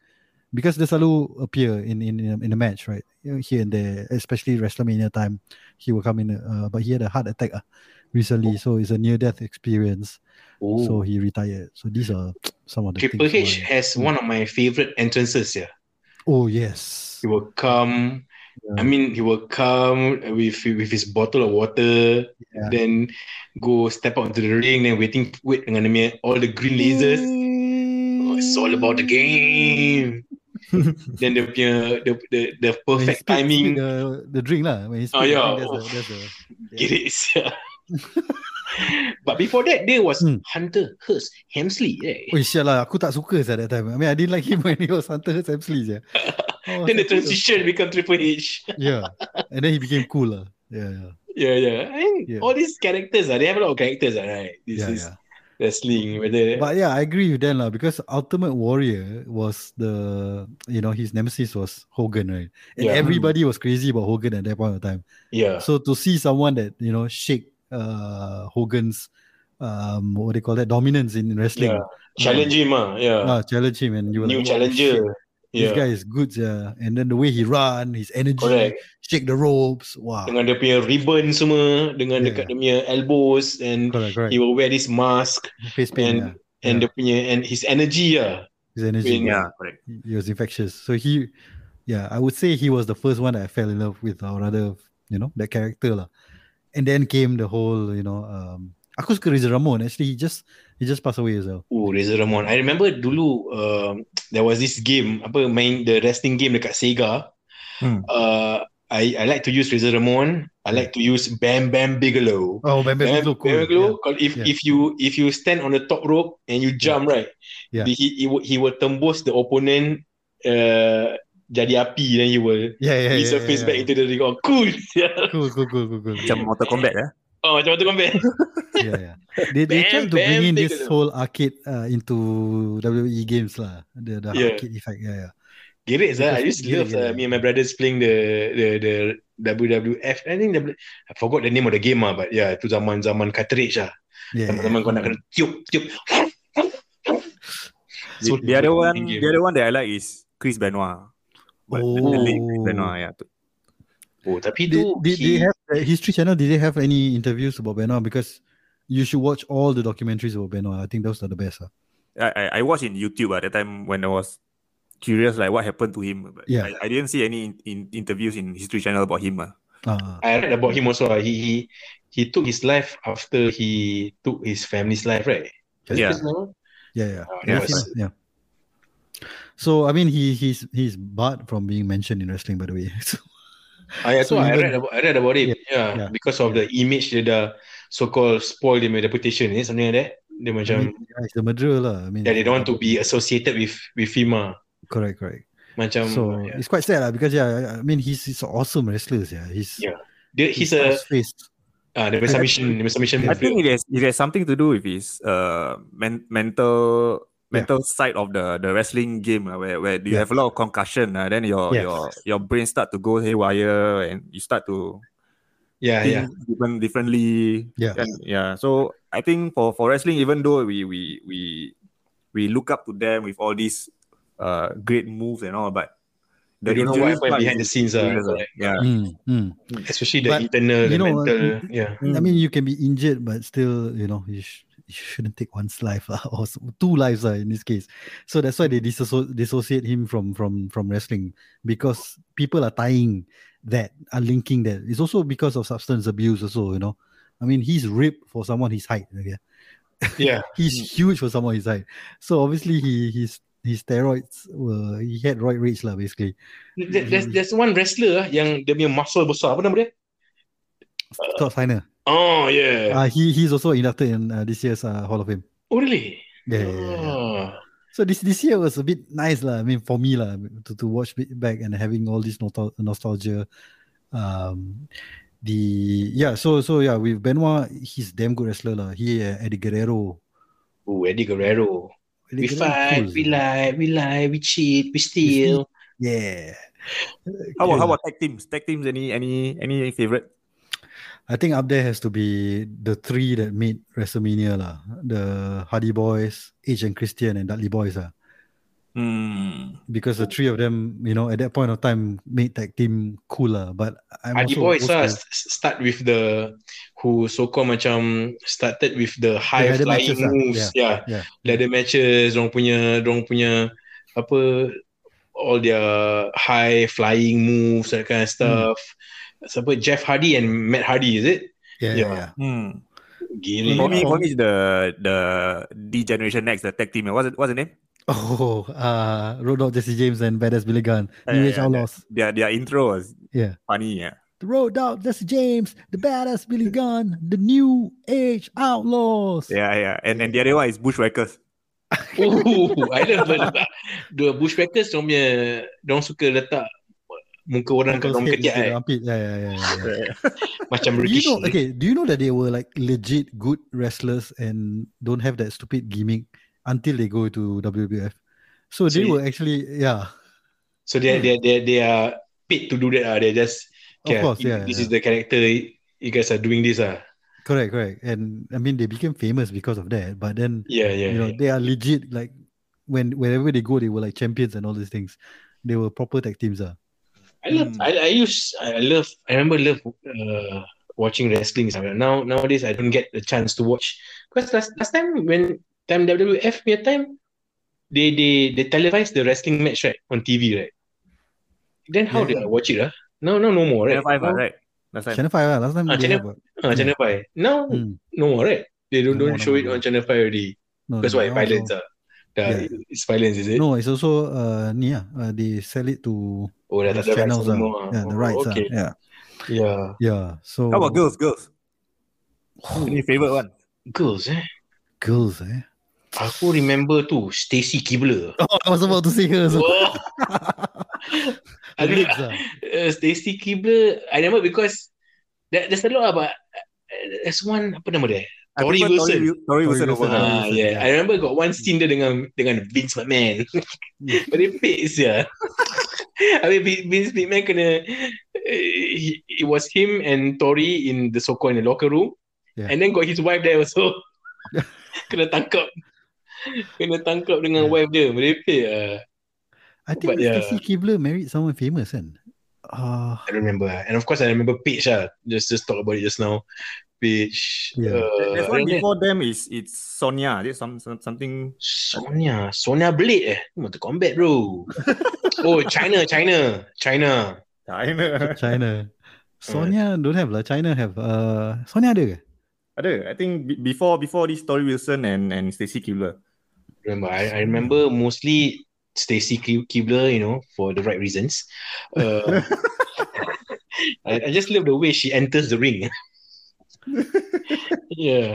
Speaker 1: because they selalu appear in in in a- in a match, right? You know, Here and there, especially WrestleMania time, he will come in. Uh, but he had a heart attack ah, recently, so it's a near death experience.
Speaker 2: Oh.
Speaker 1: So he retired. So these are some of the
Speaker 2: Triple
Speaker 1: things
Speaker 2: H
Speaker 1: why-
Speaker 2: has one of my favorite entrances here.
Speaker 1: Oh yes.
Speaker 2: He will come.
Speaker 1: Yeah.
Speaker 2: I mean, he will come with with his bottle of water,
Speaker 1: Yeah.
Speaker 2: then go step out into the ring, then waiting Oh, wait dengan dia punya all the green lasers. Oh, it's all about the game. then dia punya the the, the
Speaker 1: When he spit-
Speaker 2: perfect
Speaker 1: spit
Speaker 2: timing
Speaker 1: the, the drink lah. When he spit
Speaker 2: Oh,
Speaker 1: the
Speaker 2: yeah.
Speaker 1: drink, there's a, there's a,
Speaker 2: Girik sia. But before that there was
Speaker 1: Hmm.
Speaker 2: Hunter Hearst Hemsley. Eh.
Speaker 1: Oh shit lah, aku tak suka saya that time. I mean, I didn't like him when he was Hunter Hearst Hemsley je. Oh,
Speaker 2: Then
Speaker 1: Hunter
Speaker 2: the
Speaker 1: Hearst.
Speaker 2: transition become Triple H.
Speaker 1: Yeah, and then he became cool lah. Yeah, yeah,
Speaker 2: Yeah, yeah. And
Speaker 1: Yeah.
Speaker 2: all these characters, ah, they have a lot of characters, ah, right? This
Speaker 1: yeah,
Speaker 2: is
Speaker 1: yeah.
Speaker 2: wrestling, whether
Speaker 1: But yeah, I agree with Dan lah because Ultimate Warrior was the you know his nemesis was Hogan, right? And
Speaker 2: Yeah.
Speaker 1: everybody was crazy about Hogan at that point of time.
Speaker 2: yeah,
Speaker 1: So to see someone that you know shake uh, Hogan's um what do you call that dominance in wrestling,
Speaker 2: Yeah. challenge him, ah, yeah.
Speaker 1: uh, challenge him, and you were
Speaker 2: New
Speaker 1: like, "Wow, shit,
Speaker 2: challenger.
Speaker 1: This
Speaker 2: Yeah,
Speaker 1: guy is good, yeah. And then the way he run, his energy,
Speaker 2: correct.
Speaker 1: shake the ropes, wow.
Speaker 2: Dengan dia punya ribbon semua, dengan
Speaker 1: Yeah.
Speaker 2: dekat dia punya elbows and
Speaker 1: correct, Ya. correct. Ya.
Speaker 2: he will wear this mask
Speaker 1: Face paint,
Speaker 2: and
Speaker 1: yeah.
Speaker 2: and dia punya and his energy, ah.
Speaker 1: his energy.
Speaker 2: when-
Speaker 3: Yeah, correct.
Speaker 1: He- He was infectious. So he, yeah, I would say he was the first one that I fell in love with, or rather, you know, that character lah. And then came the whole, you know, um, aku suka Razor Ramon. Actually, he just he just passed away as well.
Speaker 2: Oh, Razor Ramon. I remember dulu um, there was this game apa main the wrestling game dekat Sega.
Speaker 3: Hmm.
Speaker 2: Uh, I I like to use Razor Ramon.
Speaker 1: Hmm.
Speaker 2: I like to use Bam Bam Bigelow.
Speaker 1: Oh, Bam Bam Bigelow, cool.
Speaker 2: Bam Bigelow.
Speaker 1: Yeah.
Speaker 2: Kalau if
Speaker 1: Yeah.
Speaker 2: if you if you stand on the top rope and you jump right,
Speaker 1: Yeah.
Speaker 2: the- he he will, he will tembus the opponent uh, jadi api then he will
Speaker 1: Yeah, yeah, yeah, yeah,
Speaker 2: resurface
Speaker 1: yeah.
Speaker 2: back into the ring. Oh, cool.
Speaker 1: Cool, cool, cool, cool, cool.
Speaker 3: Macam Mortal Kombat eh.
Speaker 2: oh, macam tu combat.
Speaker 1: yeah, yeah. They, they
Speaker 2: Bam,
Speaker 1: tried to bring
Speaker 2: bam,
Speaker 1: in
Speaker 2: take
Speaker 1: this
Speaker 2: it out.
Speaker 1: whole arcade uh, into WWE games lah. The, the
Speaker 2: Yeah.
Speaker 1: arcade effect. Yeah, yeah.
Speaker 2: Gerek lah. I
Speaker 1: Because-
Speaker 2: used to
Speaker 1: gerek,
Speaker 2: love uh,
Speaker 1: gerek.
Speaker 2: me and my brothers playing the the the WWF. I think the, I forgot the name of the game ah, but yeah, tu zaman zaman cartridge lah.
Speaker 1: Yeah, yeah,
Speaker 2: Zaman-zaman kau nak kena tiup tiup.
Speaker 3: The, the other one, the other one that I like is Chris Benoit. But the- the late Chris
Speaker 1: Oh.
Speaker 3: Benoit, yeah. tu.
Speaker 2: Oh, tapi
Speaker 1: Did,
Speaker 2: tu
Speaker 1: did
Speaker 2: he,
Speaker 1: they have uh, History Channel? Did they have any interviews about Benoit? Because you should watch all the documentaries about Benoit. I think those are the best. ah.
Speaker 3: I, I I watched in YouTube at that time when I was curious like what happened to him. ah, But
Speaker 1: Yeah.
Speaker 3: I, I didn't see any in, in interviews in History Channel about him. ah.
Speaker 1: Ah,
Speaker 2: I read about him also. ah. He he he took his life after he took his family's life, right? Is
Speaker 3: Yeah.
Speaker 2: this normal?
Speaker 1: yeah, yeah.
Speaker 2: Oh,
Speaker 1: Yeah,
Speaker 3: yeah,
Speaker 1: yeah. So I mean, he he's he's barred from being mentioned in wrestling, by the way. So,
Speaker 2: Ah, yeah, so
Speaker 1: So
Speaker 2: I
Speaker 1: even-
Speaker 2: read about I read about it. Yeah,
Speaker 1: yeah.
Speaker 2: because of the image dia dah so-called spoil dia punya reputation ni, something like that.
Speaker 1: I
Speaker 2: Dia macam
Speaker 1: mean, yeah, he's the murderer lah. I mean,
Speaker 2: yeah, they don't want to be associated with with him ah.
Speaker 1: Correct, correct.
Speaker 2: Macam
Speaker 1: so
Speaker 2: yeah.
Speaker 1: it's quite sad lah because yeah, I- I mean, he's he's an awesome wrestler. Yeah, he's
Speaker 2: Yeah. Dia, he's a
Speaker 1: face.
Speaker 2: ah, dia punya submission, dia punya submission.
Speaker 3: I think it has it has something to do with his uh men- mental mental side of the the wrestling game ah, where where you
Speaker 1: Yeah.
Speaker 3: have a lot of concussion ah, then your
Speaker 1: Yeah.
Speaker 3: your your brain start to go haywire and you start to
Speaker 2: yeah,
Speaker 3: think
Speaker 2: yeah.
Speaker 3: different differently.
Speaker 1: Yeah.
Speaker 3: And, yeah. So I think for for wrestling, even though we we we we look up to them with all these uh great moves and all, but
Speaker 2: They don't know what happened
Speaker 3: injuries part
Speaker 2: behind the
Speaker 3: is
Speaker 2: scenes ah.
Speaker 3: serious, ah. Yeah.
Speaker 1: Mm, mm.
Speaker 2: Especially the
Speaker 1: But,
Speaker 2: internal,
Speaker 1: you
Speaker 2: the
Speaker 1: know,
Speaker 2: mental.
Speaker 1: uh,
Speaker 2: yeah.
Speaker 1: I mean, you can be injured, but still, you know, you, sh- you shouldn't take one's life lah, or s- two lives lah, in this case. So that's why they disasso- dissociate him from from from wrestling because people are tying that, are linking that. It's also because of substance abuse, also. You know, I mean, he's ripped for someone his height. Okay,
Speaker 2: Yeah.
Speaker 1: he's
Speaker 3: Mm.
Speaker 1: huge for someone his height. So obviously, he he's his steroids were he had roid rage lah, basically.
Speaker 2: There- There's, there's one wrestler ah yang dia punya muscle besar. Apa nama dia?
Speaker 1: Scott Steiner.
Speaker 2: Oh, yeah.
Speaker 1: Uh, he he's also inducted in uh, this year's uh, Hall of Fame.
Speaker 2: oh, really?
Speaker 1: Yeah, yeah, yeah,
Speaker 3: Oh.
Speaker 1: yeah.
Speaker 2: Ah.
Speaker 1: So this this year was a bit nice lah. I mean, for me lah, to, to watch it back and having all this nostal- nostalgia. Um, the yeah, so so yeah, with Benoit, he's damn good wrestler lah. He uh, Eddie Guerrero.
Speaker 2: Oh, Eddie Guerrero.
Speaker 1: Eddie
Speaker 2: We
Speaker 1: Guerrero
Speaker 2: fight,
Speaker 1: cool.
Speaker 2: we lie, we lie, we cheat, we steal.
Speaker 1: Yeah.
Speaker 3: How about how about tag teams? Tag teams any any any favorite?
Speaker 1: I think up there has to be the three that made WrestleMania lah. The Hardy Boys, Edge and Christian, and Dudley Boys lah.
Speaker 3: Hmm.
Speaker 1: Because the three of them, you know, at that point of time, made tag team cool lah. But I'm
Speaker 2: Hardy
Speaker 1: also
Speaker 2: Boys
Speaker 1: old
Speaker 3: uh,
Speaker 2: lah
Speaker 1: school.
Speaker 2: s- start with the who so-called macam started with the high
Speaker 1: ladder
Speaker 2: flying
Speaker 1: matches lah.
Speaker 2: moves yeah.
Speaker 1: Yeah.
Speaker 2: ladder matches orang punya orang punya apa all their high flying moves
Speaker 1: Hmm.
Speaker 2: that kind of stuff siapa Jeff Hardy and Matt Hardy is it
Speaker 1: Yeah,
Speaker 2: Yeah.
Speaker 1: yeah, yeah.
Speaker 3: Hmm.
Speaker 2: gila
Speaker 3: For me, for me, it's the the D Generation Next, the tag team. What's it, what's the name?
Speaker 1: Oh, uh, Road Dog Jesse James and Badass Billy Gunn.
Speaker 3: Yeah,
Speaker 1: New
Speaker 3: yeah,
Speaker 1: Age
Speaker 3: yeah.
Speaker 1: Outlaws.
Speaker 3: Their their intro was
Speaker 1: Yeah.
Speaker 3: funny. Yeah.
Speaker 1: The Road Dog Jesse James, the Badass Billy Gunn, the New Age Outlaws.
Speaker 3: Yeah, yeah. And and the other one is Bushwhackers.
Speaker 2: Oh, I love it. Dua bushwhackers dia punya dia suka letak muka orang kat
Speaker 1: Those
Speaker 2: dalam
Speaker 1: head
Speaker 2: ketiak
Speaker 1: into the
Speaker 2: eh.
Speaker 1: armpit. Yeah, yeah, yeah, yeah, yeah.
Speaker 2: Macam
Speaker 1: Do you
Speaker 2: British.
Speaker 1: know? Okay, do you know that they were like legit good wrestlers and don't have that stupid gimmick until they go to WWF? So,
Speaker 2: So
Speaker 1: they
Speaker 2: you-
Speaker 1: were actually, yeah,
Speaker 2: So they they they they are uh, paid to do that. Ah, they just
Speaker 1: Of
Speaker 2: okay,
Speaker 1: course,
Speaker 2: you-
Speaker 1: yeah,
Speaker 2: This
Speaker 1: yeah.
Speaker 2: is the character you guys are doing this. Ah,
Speaker 1: correct, correct. And I mean, they became famous because of that. But then,
Speaker 2: yeah, yeah.
Speaker 1: you know,
Speaker 2: yeah.
Speaker 1: they are legit. Like when wherever they go, they were like champions and all these things. They were proper tag teams. Ah,
Speaker 2: I love.
Speaker 3: Hmm.
Speaker 2: I, I use. I love. I remember love uh, watching wrestling. Ah. Now nowadays I don't get the chance to watch because last last time when time WWF punya time they they they televised the wrestling match right on TV right. Then how
Speaker 1: Yeah.
Speaker 2: did I watch it? Ah, no no no more right.
Speaker 3: Channel Five, ah,
Speaker 2: now,
Speaker 3: right? Last time.
Speaker 1: Channel Five. ah, last time
Speaker 2: Ah,
Speaker 1: they
Speaker 2: Channel-
Speaker 1: have, ah.
Speaker 2: Ah, Channel Five. Now
Speaker 1: Hmm.
Speaker 2: no more right. They don't
Speaker 1: No more,
Speaker 2: don't
Speaker 1: no
Speaker 2: show
Speaker 1: more,
Speaker 2: it
Speaker 1: no
Speaker 2: on
Speaker 1: more.
Speaker 2: Channel Five already.
Speaker 1: No,
Speaker 2: That's
Speaker 1: no,
Speaker 2: why
Speaker 1: now
Speaker 2: violence
Speaker 1: no.
Speaker 2: ah. Dah,
Speaker 1: Yeah.
Speaker 2: It's violence is it?
Speaker 1: No, it's also uh, ni ah, uh, they sell it to
Speaker 2: oh dah
Speaker 1: those
Speaker 2: tak ada rights
Speaker 1: channels ah.
Speaker 2: anymore ah.
Speaker 1: Yeah, the
Speaker 2: Oh,
Speaker 1: rights ah.
Speaker 2: okay.
Speaker 1: Yeah,
Speaker 2: Yeah.
Speaker 1: yeah. So
Speaker 3: How about girls? Girls.
Speaker 1: Oh,
Speaker 3: Any favorite one?
Speaker 2: Girls eh.
Speaker 1: Girls, eh?
Speaker 2: Aku remember tu Stacy Kibler.
Speaker 1: Oh, I was about to say her. So.
Speaker 2: Oh.
Speaker 1: Her
Speaker 2: Aduh,
Speaker 1: legs, ah.
Speaker 2: uh, Stacy Kibler I remember because there, there's a lot about uh, there's one apa nama dia?
Speaker 3: I
Speaker 2: Tori
Speaker 3: prefer
Speaker 2: Wilson.
Speaker 3: Tori, Tori Wilson
Speaker 1: Tori
Speaker 3: over
Speaker 1: Wilson.
Speaker 3: her.
Speaker 2: Ah, yeah. I remember got one scene dia dengan dengan Vince McMahon. Merepek sia. Habis Vin- Vince McMahon kena eh, he, it was him and Tori in the so-called in the locker room.
Speaker 1: Yeah.
Speaker 2: And then got his wife there also. kena tangkap. Kena tangkap dengan
Speaker 1: Yeah.
Speaker 2: wife dia. Merepek ah.
Speaker 1: I think
Speaker 2: But yeah.
Speaker 1: Stacy Kibler married someone famous, kan? Uh,
Speaker 2: I don't remember. ah. And of course, I remember Paige. Ah, just just talk about it just now. Paige.
Speaker 1: Yeah.
Speaker 2: Uh,
Speaker 3: There's one
Speaker 2: and then
Speaker 3: before them is it's Sonia. There's some, some something.
Speaker 2: Sonia, Sonia Blade. Eh, Mortal Kombat bro. oh, China, China, China.
Speaker 3: I know.
Speaker 1: China. Sonia don't have lah. China have. Uh, Sonia ada ke?
Speaker 3: Ada. I think be- before before this Tori Wilson and and Stacy Kibler.
Speaker 2: Remember, I, I remember mostly Stacy Kibler. You know, for the right reasons. Uh, I, I just love the way she enters the ring. yeah.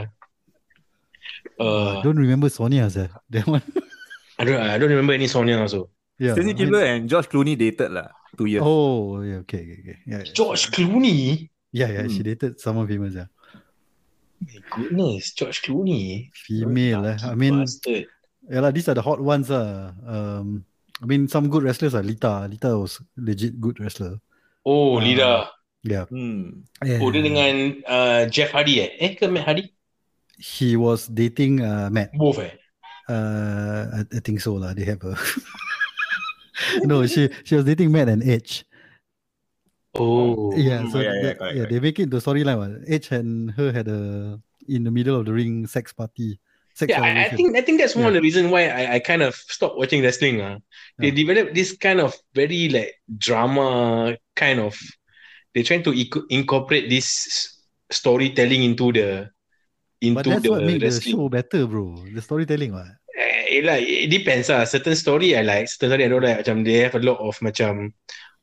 Speaker 1: I
Speaker 2: Uh,
Speaker 1: don't remember Sonia, sir. That one.
Speaker 2: I don't. I don't remember any Sonia also.
Speaker 1: Yeah.
Speaker 3: Stacy
Speaker 1: I mean-
Speaker 3: Kibler and George Clooney dated lah two years.
Speaker 1: Oh, yeah, okay, okay, okay. Yeah, yeah.
Speaker 2: George Clooney.
Speaker 1: Yeah, yeah. She
Speaker 3: Hmm.
Speaker 1: dated someone famous, yeah.
Speaker 2: My goodness, George Clooney.
Speaker 1: Female, eh. I mean,
Speaker 2: Bastard.
Speaker 1: yeah, lah, these are the hot ones, ah. Um, I mean, some good wrestlers are Lita. Lita was legit good wrestler. Ah.
Speaker 2: Oh, Lida.
Speaker 1: Yeah.
Speaker 3: Hmm.
Speaker 2: Oh, dia
Speaker 1: And
Speaker 2: dengan uh, Jeff Hardy eh? Eh, ke Matt Hardy?
Speaker 1: He was dating uh, Matt.
Speaker 2: Both eh?
Speaker 1: Uh, I, I think so, lah. They have a. no, she she was dating Matt and Edge.
Speaker 2: Oh.
Speaker 1: Yeah,
Speaker 3: Mm,
Speaker 1: so
Speaker 3: yeah, yeah,
Speaker 1: yeah,
Speaker 3: correct,
Speaker 1: yeah, they make it the storyline. What Edge and her had a in the middle of the ring sex party. Sex
Speaker 2: Yeah, I, I
Speaker 1: celebration.
Speaker 2: think I think that's one of the reason why I, I kind of stopped watching wrestling. Ah, they
Speaker 1: Yeah.
Speaker 2: developed this kind of very like drama kind of. They trying to inc- incorporate this s- storytelling into the into
Speaker 1: but that's
Speaker 2: the
Speaker 1: what made the
Speaker 2: wrestling.
Speaker 1: show better, bro. The storytelling, what?
Speaker 2: Eh, lah, it depends lah. Certain story I like, certain story I don't like. Macam they have a lot of macam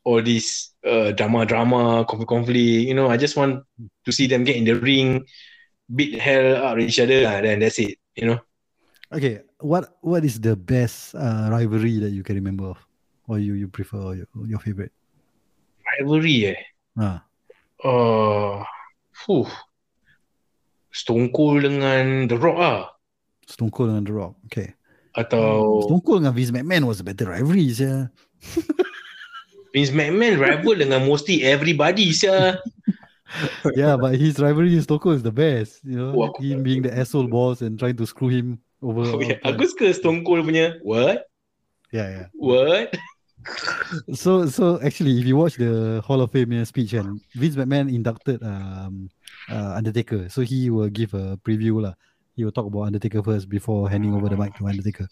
Speaker 2: all this uh, drama-drama, conflict-conflict. You know, I just want to see them get in the ring, beat the hell out of each other lah. Then that's it. You know,
Speaker 1: Okay, what what is the best uh, rivalry that you can remember of, or you you prefer, or your, your favorite?
Speaker 2: rivalry eh.
Speaker 1: Ah,
Speaker 2: Uh, fuh. Stone Cold dengan The Rock ah.
Speaker 1: Stone Cold and The Rock. Okay,
Speaker 2: Atau
Speaker 1: Hmm, Stone Cold and Vince McMahon was a better rivalry, yeah.
Speaker 2: Vince McMahon rival dengan mostly everybody sia.
Speaker 1: yeah, but his rivalry with Stone Cold is the best. You know,
Speaker 2: Oh, aku-
Speaker 1: him being the asshole boss and trying to screw him over.
Speaker 2: Oh,
Speaker 1: all
Speaker 2: yeah.
Speaker 1: the time.
Speaker 2: Aku suka Stone Cold punya what?
Speaker 1: yeah, yeah.
Speaker 2: What?
Speaker 1: So so actually, if you watch the Hall of Fame punya speech, and Vince McMahon inducted um uh, Undertaker, so he will give a preview lah. He will talk about Undertaker first before handing over the mic to Undertaker.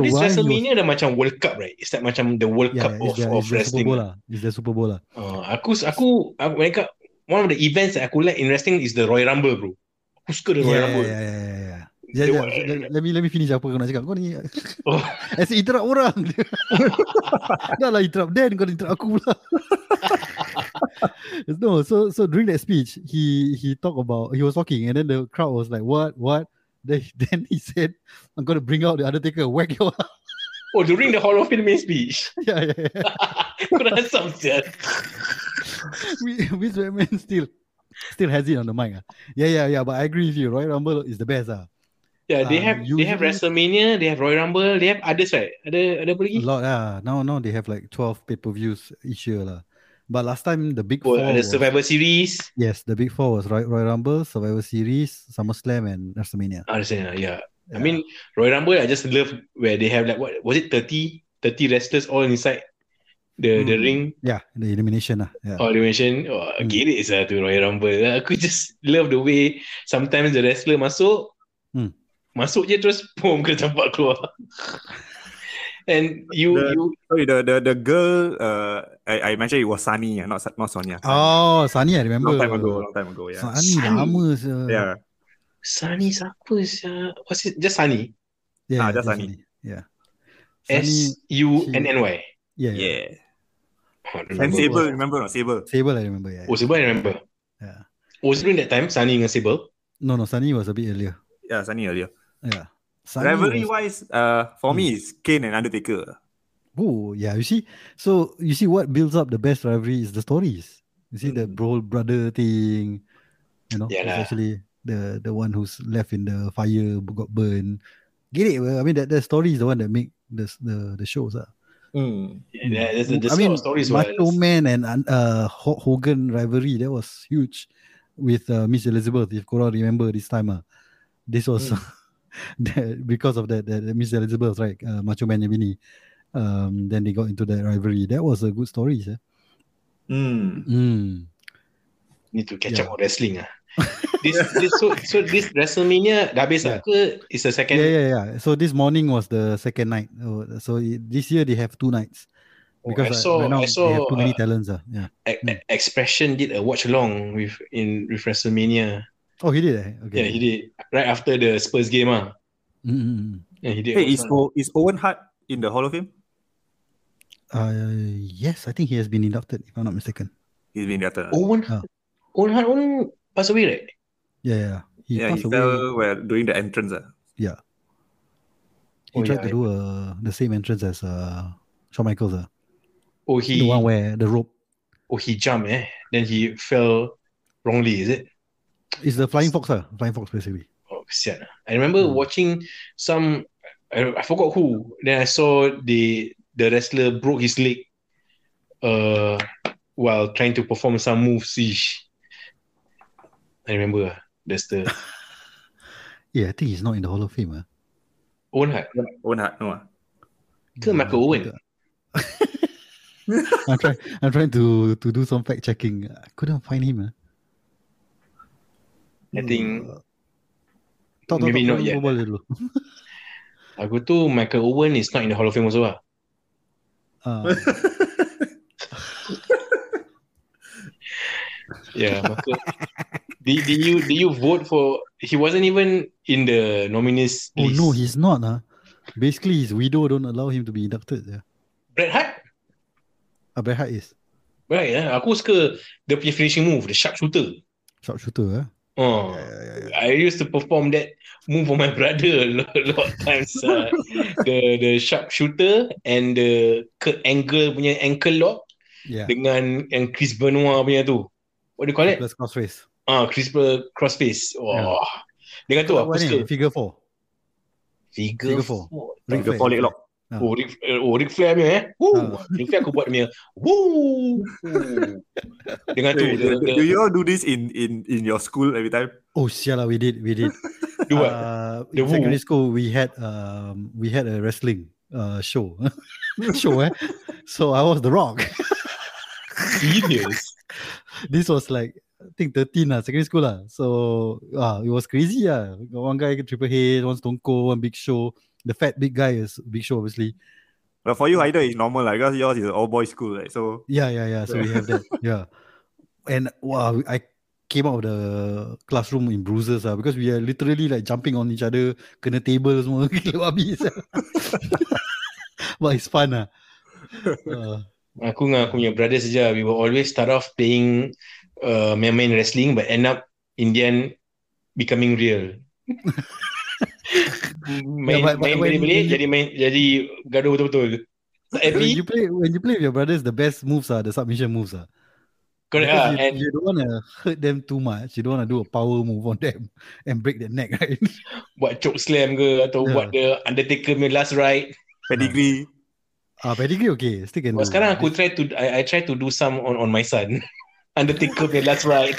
Speaker 1: So
Speaker 2: this
Speaker 1: why
Speaker 2: WrestleMania dah macam World Cup right? It's like macam the World
Speaker 1: Yeah,
Speaker 2: Cup
Speaker 1: yeah,
Speaker 2: of,
Speaker 1: it's their, it's
Speaker 2: of
Speaker 1: their Super
Speaker 2: wrestling.
Speaker 1: Bowl lah. It's their Super Bowl lah.
Speaker 2: Uh, aku aku aku mereka one of the events that aku like in wrestling is the Royal Rumble bro. Aku suka the
Speaker 1: Yeah,
Speaker 2: Royal
Speaker 1: yeah,
Speaker 2: Rumble.
Speaker 1: yeah, yeah, yeah, yeah. Ya, ya,
Speaker 2: Dia buat-
Speaker 1: let, let, me, let me finish apa kau nak cakap. Kau ni
Speaker 2: Oh.
Speaker 1: asyik interrupt orang. Dah lah interrupt Dan, kau interrupt aku pula. no, so so during that speech, he he talked about, he was talking and then the crowd was like, what, what? Then, then he said, I'm going to bring out the Undertaker, whack your
Speaker 2: oh, during the Hall of Fame main speech.
Speaker 1: yeah, yeah, yeah.
Speaker 2: Kau dah asam sial.
Speaker 1: Which which Batman still still has it on the mic. ah. Yeah, yeah, yeah. But I agree with you. Royal Rumble is the best. Ah,
Speaker 2: Yeah, they
Speaker 1: Um,
Speaker 2: have they have
Speaker 1: usually-
Speaker 2: WrestleMania, they have Royal Rumble, they have others right? Ada ada apa lagi?
Speaker 1: A lot. Ah, now now they have like twelve pay per views each year lah. But last time the big
Speaker 2: Oh,
Speaker 1: four.
Speaker 2: ada
Speaker 1: was-
Speaker 2: Survivor Series.
Speaker 1: yes, the big four was Roy- Royal Rumble, Survivor Series, SummerSlam, and WrestleMania.
Speaker 2: Ah, yeah, yeah. I
Speaker 1: Yeah.
Speaker 2: mean, Royal Rumble, I just love where they have like what was it 30 30 wrestlers all inside the the
Speaker 3: Hmm.
Speaker 2: ring
Speaker 1: Yeah, the elimination. Ah, yeah.
Speaker 2: all dimension. Oh,
Speaker 1: Hmm.
Speaker 2: gila sah tu Royal Rumble. Aku just love the way sometimes the wrestler masuk
Speaker 1: Hmm.
Speaker 2: masuk je terus boom kena campak keluar. And you
Speaker 3: The-
Speaker 2: you
Speaker 3: Sorry, the the the girl. Uh, I, I mentioned it was Sunny, not Sa- not Sonia.
Speaker 1: Oh, Sunny, I remember.
Speaker 3: long time ago, long time ago. Yeah,
Speaker 1: Sunny, uh,
Speaker 2: Sunny.
Speaker 1: lama sah.
Speaker 3: yeah.
Speaker 2: Sunny siapa sah? What's it? Just Sunny.
Speaker 1: yeah,
Speaker 3: Ah, just
Speaker 1: that's
Speaker 3: Sunny.
Speaker 1: Yeah.
Speaker 2: S
Speaker 1: Sunny,
Speaker 2: U N N Y.
Speaker 1: yeah, yeah.
Speaker 3: yeah.
Speaker 2: Oh, I don't
Speaker 3: And
Speaker 2: remember.
Speaker 1: Sable.
Speaker 3: Sable, remember not Sable?
Speaker 1: Sable, I remember. Yeah.
Speaker 2: Oh, Sable I remember.
Speaker 1: Yeah.
Speaker 2: Was during that time Sunny dengan Sable?
Speaker 1: No, no, Sunny was a bit earlier.
Speaker 3: Yeah, Sunny earlier.
Speaker 1: Yeah. Sunny
Speaker 3: Rivalry
Speaker 1: was-
Speaker 3: wise, uh, for me it's Kane and Undertaker.
Speaker 1: Oh yeah, you see, so you see what builds up the best rivalry is the stories. You see the
Speaker 2: Mm.
Speaker 1: bro brother thing, you know,
Speaker 2: Yeah lah.
Speaker 1: especially the the one who's left in the fire who got burned. Get it? Well, I mean that the story is the one that make the the the shows. Ah,
Speaker 2: Yeah, that's the, the
Speaker 1: Hmm. I
Speaker 2: sort
Speaker 1: mean,
Speaker 2: of stories was
Speaker 1: Macho Man and uh Ho- Hogan rivalry that was huge with uh, Miss Elizabeth. If korang remember this time, ah, this was
Speaker 2: Hmm.
Speaker 1: that, because of that, that that Miss Elizabeth, right? Uh, Macho Man yang bini. Um, then they got into that rivalry. That was a good story. Eh?
Speaker 3: Mm.
Speaker 1: Mm.
Speaker 2: need to catch
Speaker 1: Yeah.
Speaker 2: up on wrestling ah. this, this so so this WrestleMania dah habis
Speaker 1: Yeah.
Speaker 2: yeah. ke is the second
Speaker 1: yeah, yeah, yeah. So this morning was the second night. Oh, So i- this year they have two nights
Speaker 2: Oh,
Speaker 1: because
Speaker 2: I
Speaker 1: uh,
Speaker 2: saw
Speaker 1: right now
Speaker 2: I saw
Speaker 1: they have too many
Speaker 2: uh,
Speaker 1: talents. ah. Yeah.
Speaker 2: E-
Speaker 1: Mm.
Speaker 2: E- Expression did a watch along with in with WrestleMania.
Speaker 1: Oh, he did. Eh? Okay.
Speaker 2: Yeah, he did right after the Spurs game ah.
Speaker 1: Mm, mm, mm.
Speaker 2: Yeah, he did. a
Speaker 3: Hey,
Speaker 2: watch
Speaker 3: is,
Speaker 2: along.
Speaker 3: o- is Owen Hart in the Hall of Fame?
Speaker 1: Uh, yes, I think he has been inducted, if I'm not mistaken.
Speaker 3: He's been there.
Speaker 2: Owen
Speaker 1: Ah.
Speaker 2: Owen Hart Owen pass away right?
Speaker 1: Yeah, yeah. He
Speaker 3: yeah, he
Speaker 1: passed away.
Speaker 3: fell where during the entrance. Uh.
Speaker 1: He
Speaker 2: Oh,
Speaker 1: tried to
Speaker 2: yeah,
Speaker 1: do uh, the same entrance as uh, Shawn Michaels. ah.
Speaker 2: Oh he
Speaker 1: the one where the rope
Speaker 2: oh he jumped eh then he fell wrongly is it?
Speaker 1: is the flying fox. ah, Flying fox, basically.
Speaker 2: Oh, kesian lah. I remember
Speaker 1: Hmm.
Speaker 2: watching some, I, I forgot who. Then I saw the the wrestler broke his leg, uh, while trying to perform some moves. Ish. I remember. ah. That's the
Speaker 1: Yeah, I think he's not in the Hall of Fame. ah.
Speaker 2: Owen Hart.
Speaker 3: Owen Hart, no. ah.
Speaker 2: Ke Michael Owen?
Speaker 1: I'm trying. I'm trying to to do some fact checking. I couldn't find him. ah.
Speaker 2: I think-
Speaker 1: Uh, talk, talk,
Speaker 2: Maybe
Speaker 1: talk,
Speaker 2: not
Speaker 1: kau
Speaker 2: yet.
Speaker 1: berbual dulu.
Speaker 2: Aku tu Michael Owen is not in the Hall of Fame also lah.
Speaker 1: Ah,
Speaker 2: Yeah. Michael. Ya, did, did you did you vote for? He wasn't even in the nominees
Speaker 1: oh
Speaker 2: list.
Speaker 1: no, he's not. Ah, basically his widow don't allow him to be inducted. Yeah,
Speaker 2: Bret Hart.
Speaker 1: ah, Bret Hart is
Speaker 2: Right. Eh? Aku suka dia punya finishing move, the sharp shooter.
Speaker 1: shot shooter. Ah,
Speaker 2: Oh.
Speaker 1: yeah, yeah, yeah, yeah.
Speaker 2: I used to perform that move for my brother a lot, a lot of times. Uh, the the sharpshooter and the Kurt Angle punya ankle lock
Speaker 1: yeah.
Speaker 2: dengan yang Chris Benoit punya tu. What do you call it?
Speaker 1: Plus cross race.
Speaker 2: Ah, Chris Ber- crossface. Wah.
Speaker 1: Yeah.
Speaker 2: Dengan tu
Speaker 1: Kau
Speaker 2: aku
Speaker 1: buat ni,
Speaker 2: suka.
Speaker 1: figure four.
Speaker 2: Figure
Speaker 1: Figure four.
Speaker 2: four.
Speaker 1: Ric
Speaker 3: the
Speaker 1: Flair.
Speaker 3: four leg lock.
Speaker 2: Oh, Ric, eh, oh, Ric Flair punya eh. Woo.
Speaker 1: Ah.
Speaker 2: Ric Flair aku buat dia punya. Woo. dengan tu.
Speaker 3: Wait,
Speaker 2: the,
Speaker 3: Eh, do,
Speaker 2: the,
Speaker 3: do you all do this in in in your school every time?
Speaker 1: Oh, siala, we did, we did.
Speaker 2: do what?
Speaker 1: Uh,
Speaker 2: The
Speaker 1: in secondary
Speaker 2: Who?
Speaker 1: school, we had um, we had a wrestling uh, show, show. Eh? So I was the Rock.
Speaker 2: Serious.
Speaker 1: This was like I think thirteen lah, secondary school lah. So ah, it was crazy ah. Got one guy triple head, one Stone Cold, one Big Show. The fat big guy is Big Show, obviously.
Speaker 3: But for you, either is normal, like because yours is all boys school, right? So
Speaker 1: Yeah, yeah, yeah. So we have that. Yeah, and wow, I came out of the classroom in bruises lah because we are literally like jumping on each other, kena table semua, gila habis. But it's fun lah. Uh,
Speaker 2: Aku dengan aku punya brother saja, we will always start off playing uh, main-main wrestling but end up in the end becoming real.
Speaker 1: Yeah,
Speaker 2: main
Speaker 1: Ya, but- but
Speaker 2: main
Speaker 1: when
Speaker 2: balik-balik
Speaker 1: you-
Speaker 2: jadi main jadi gaduh betul-betul. Tak
Speaker 1: when
Speaker 2: happy,
Speaker 1: you play when you play with your brothers, the best moves are the submission moves ah.
Speaker 2: correct
Speaker 1: Because
Speaker 2: lah.
Speaker 1: you,
Speaker 2: And
Speaker 1: you don't want to hurt them too much. You don't want to do a power move on them and break their neck, right?
Speaker 2: buat choke slam ke atau
Speaker 1: Yeah.
Speaker 2: buat the Undertaker punya last ride.
Speaker 3: Pedigree.
Speaker 1: Ah, pedigree okay, still can.
Speaker 2: But
Speaker 1: do.
Speaker 2: sekarang aku try to I, I try to do some on on my son. Undertaker punya last ride.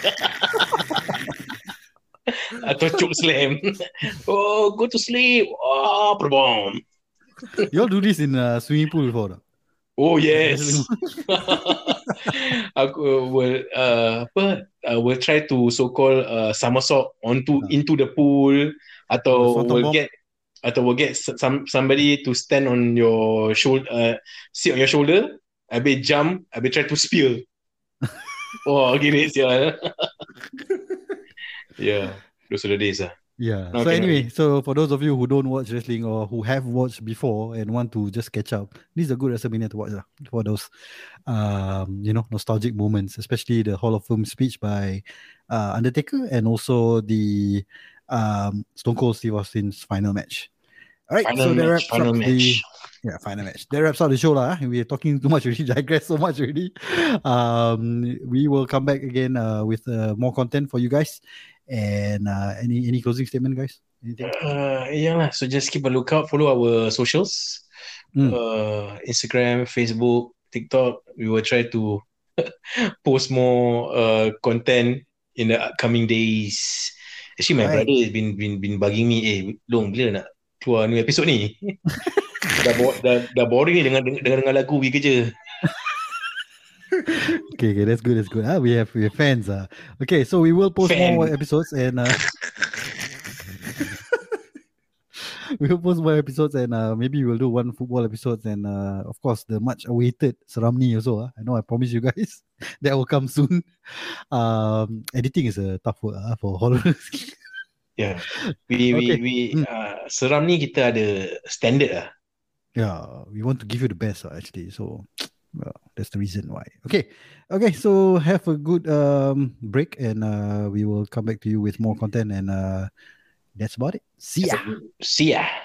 Speaker 2: atau choke slam. oh, go to sleep. Oh, perbom.
Speaker 1: you all do this in a swimming pool for tak?
Speaker 2: Oh yes. aku uh, will uh, apa uh, will try to so called uh, somersault onto
Speaker 1: Ah.
Speaker 2: into the pool atau
Speaker 1: Swanton
Speaker 2: will
Speaker 1: bomb.
Speaker 2: get atau will get s- some somebody to stand on your shoulder uh, sit on your shoulder habis jump habis try to spear oh gini sial yeah those are the days ah. lah
Speaker 1: Yeah. so
Speaker 2: Okay,
Speaker 1: anyway, so for those of you who don't watch wrestling or who have watched before and want to just catch up, this is a good WrestleMania to watch lah for those, um, you know, nostalgic moments, especially the Hall of Fame speech by uh, Undertaker and also the um, Stone Cold Steve Austin's final match. All right,
Speaker 2: final
Speaker 1: so that
Speaker 2: match
Speaker 1: wraps
Speaker 2: final
Speaker 1: up the
Speaker 2: match
Speaker 1: yeah, final match. That wraps up the show lah. eh. We're talking too much already, digress so much already. Um, we will come back again uh, with uh, more content for you guys. And uh, any any closing statement, guys? Anything?
Speaker 2: Uh, yeah lah. So just keep a lookout. Follow our socials,
Speaker 1: Mm.
Speaker 2: uh, Instagram, Facebook, TikTok. We will try to post more uh, content in the upcoming days. Actually, my
Speaker 1: Right.
Speaker 2: brother has been been been bugging me. Eh, long bila nak keluar new episode ni? dah, bo- dah, dah boring ni dengan dengan dengan lagu pergi kerja.
Speaker 1: Okay, okay, that's good, that's good. Ah, we have we have fans. Ah, okay, so we will post more
Speaker 2: Fan.
Speaker 1: episodes and uh, we will post more episodes and uh, maybe we'll do one football episode and uh, of course the much awaited Seramni also. ah. I know I promise you guys that will come soon. Um, editing is a tough work ah, for horrors.
Speaker 2: Yeah. Ya. We we
Speaker 1: Okay.
Speaker 2: we
Speaker 1: Mm.
Speaker 2: uh, seram ni kita ada standard lah.
Speaker 1: yeah, we want to give you the best ah, actually. So well, that's the reason why. Okay. Okay, so have a good um break and uh we will come back to you with more content and uh that's about it. See ya.
Speaker 2: See ya.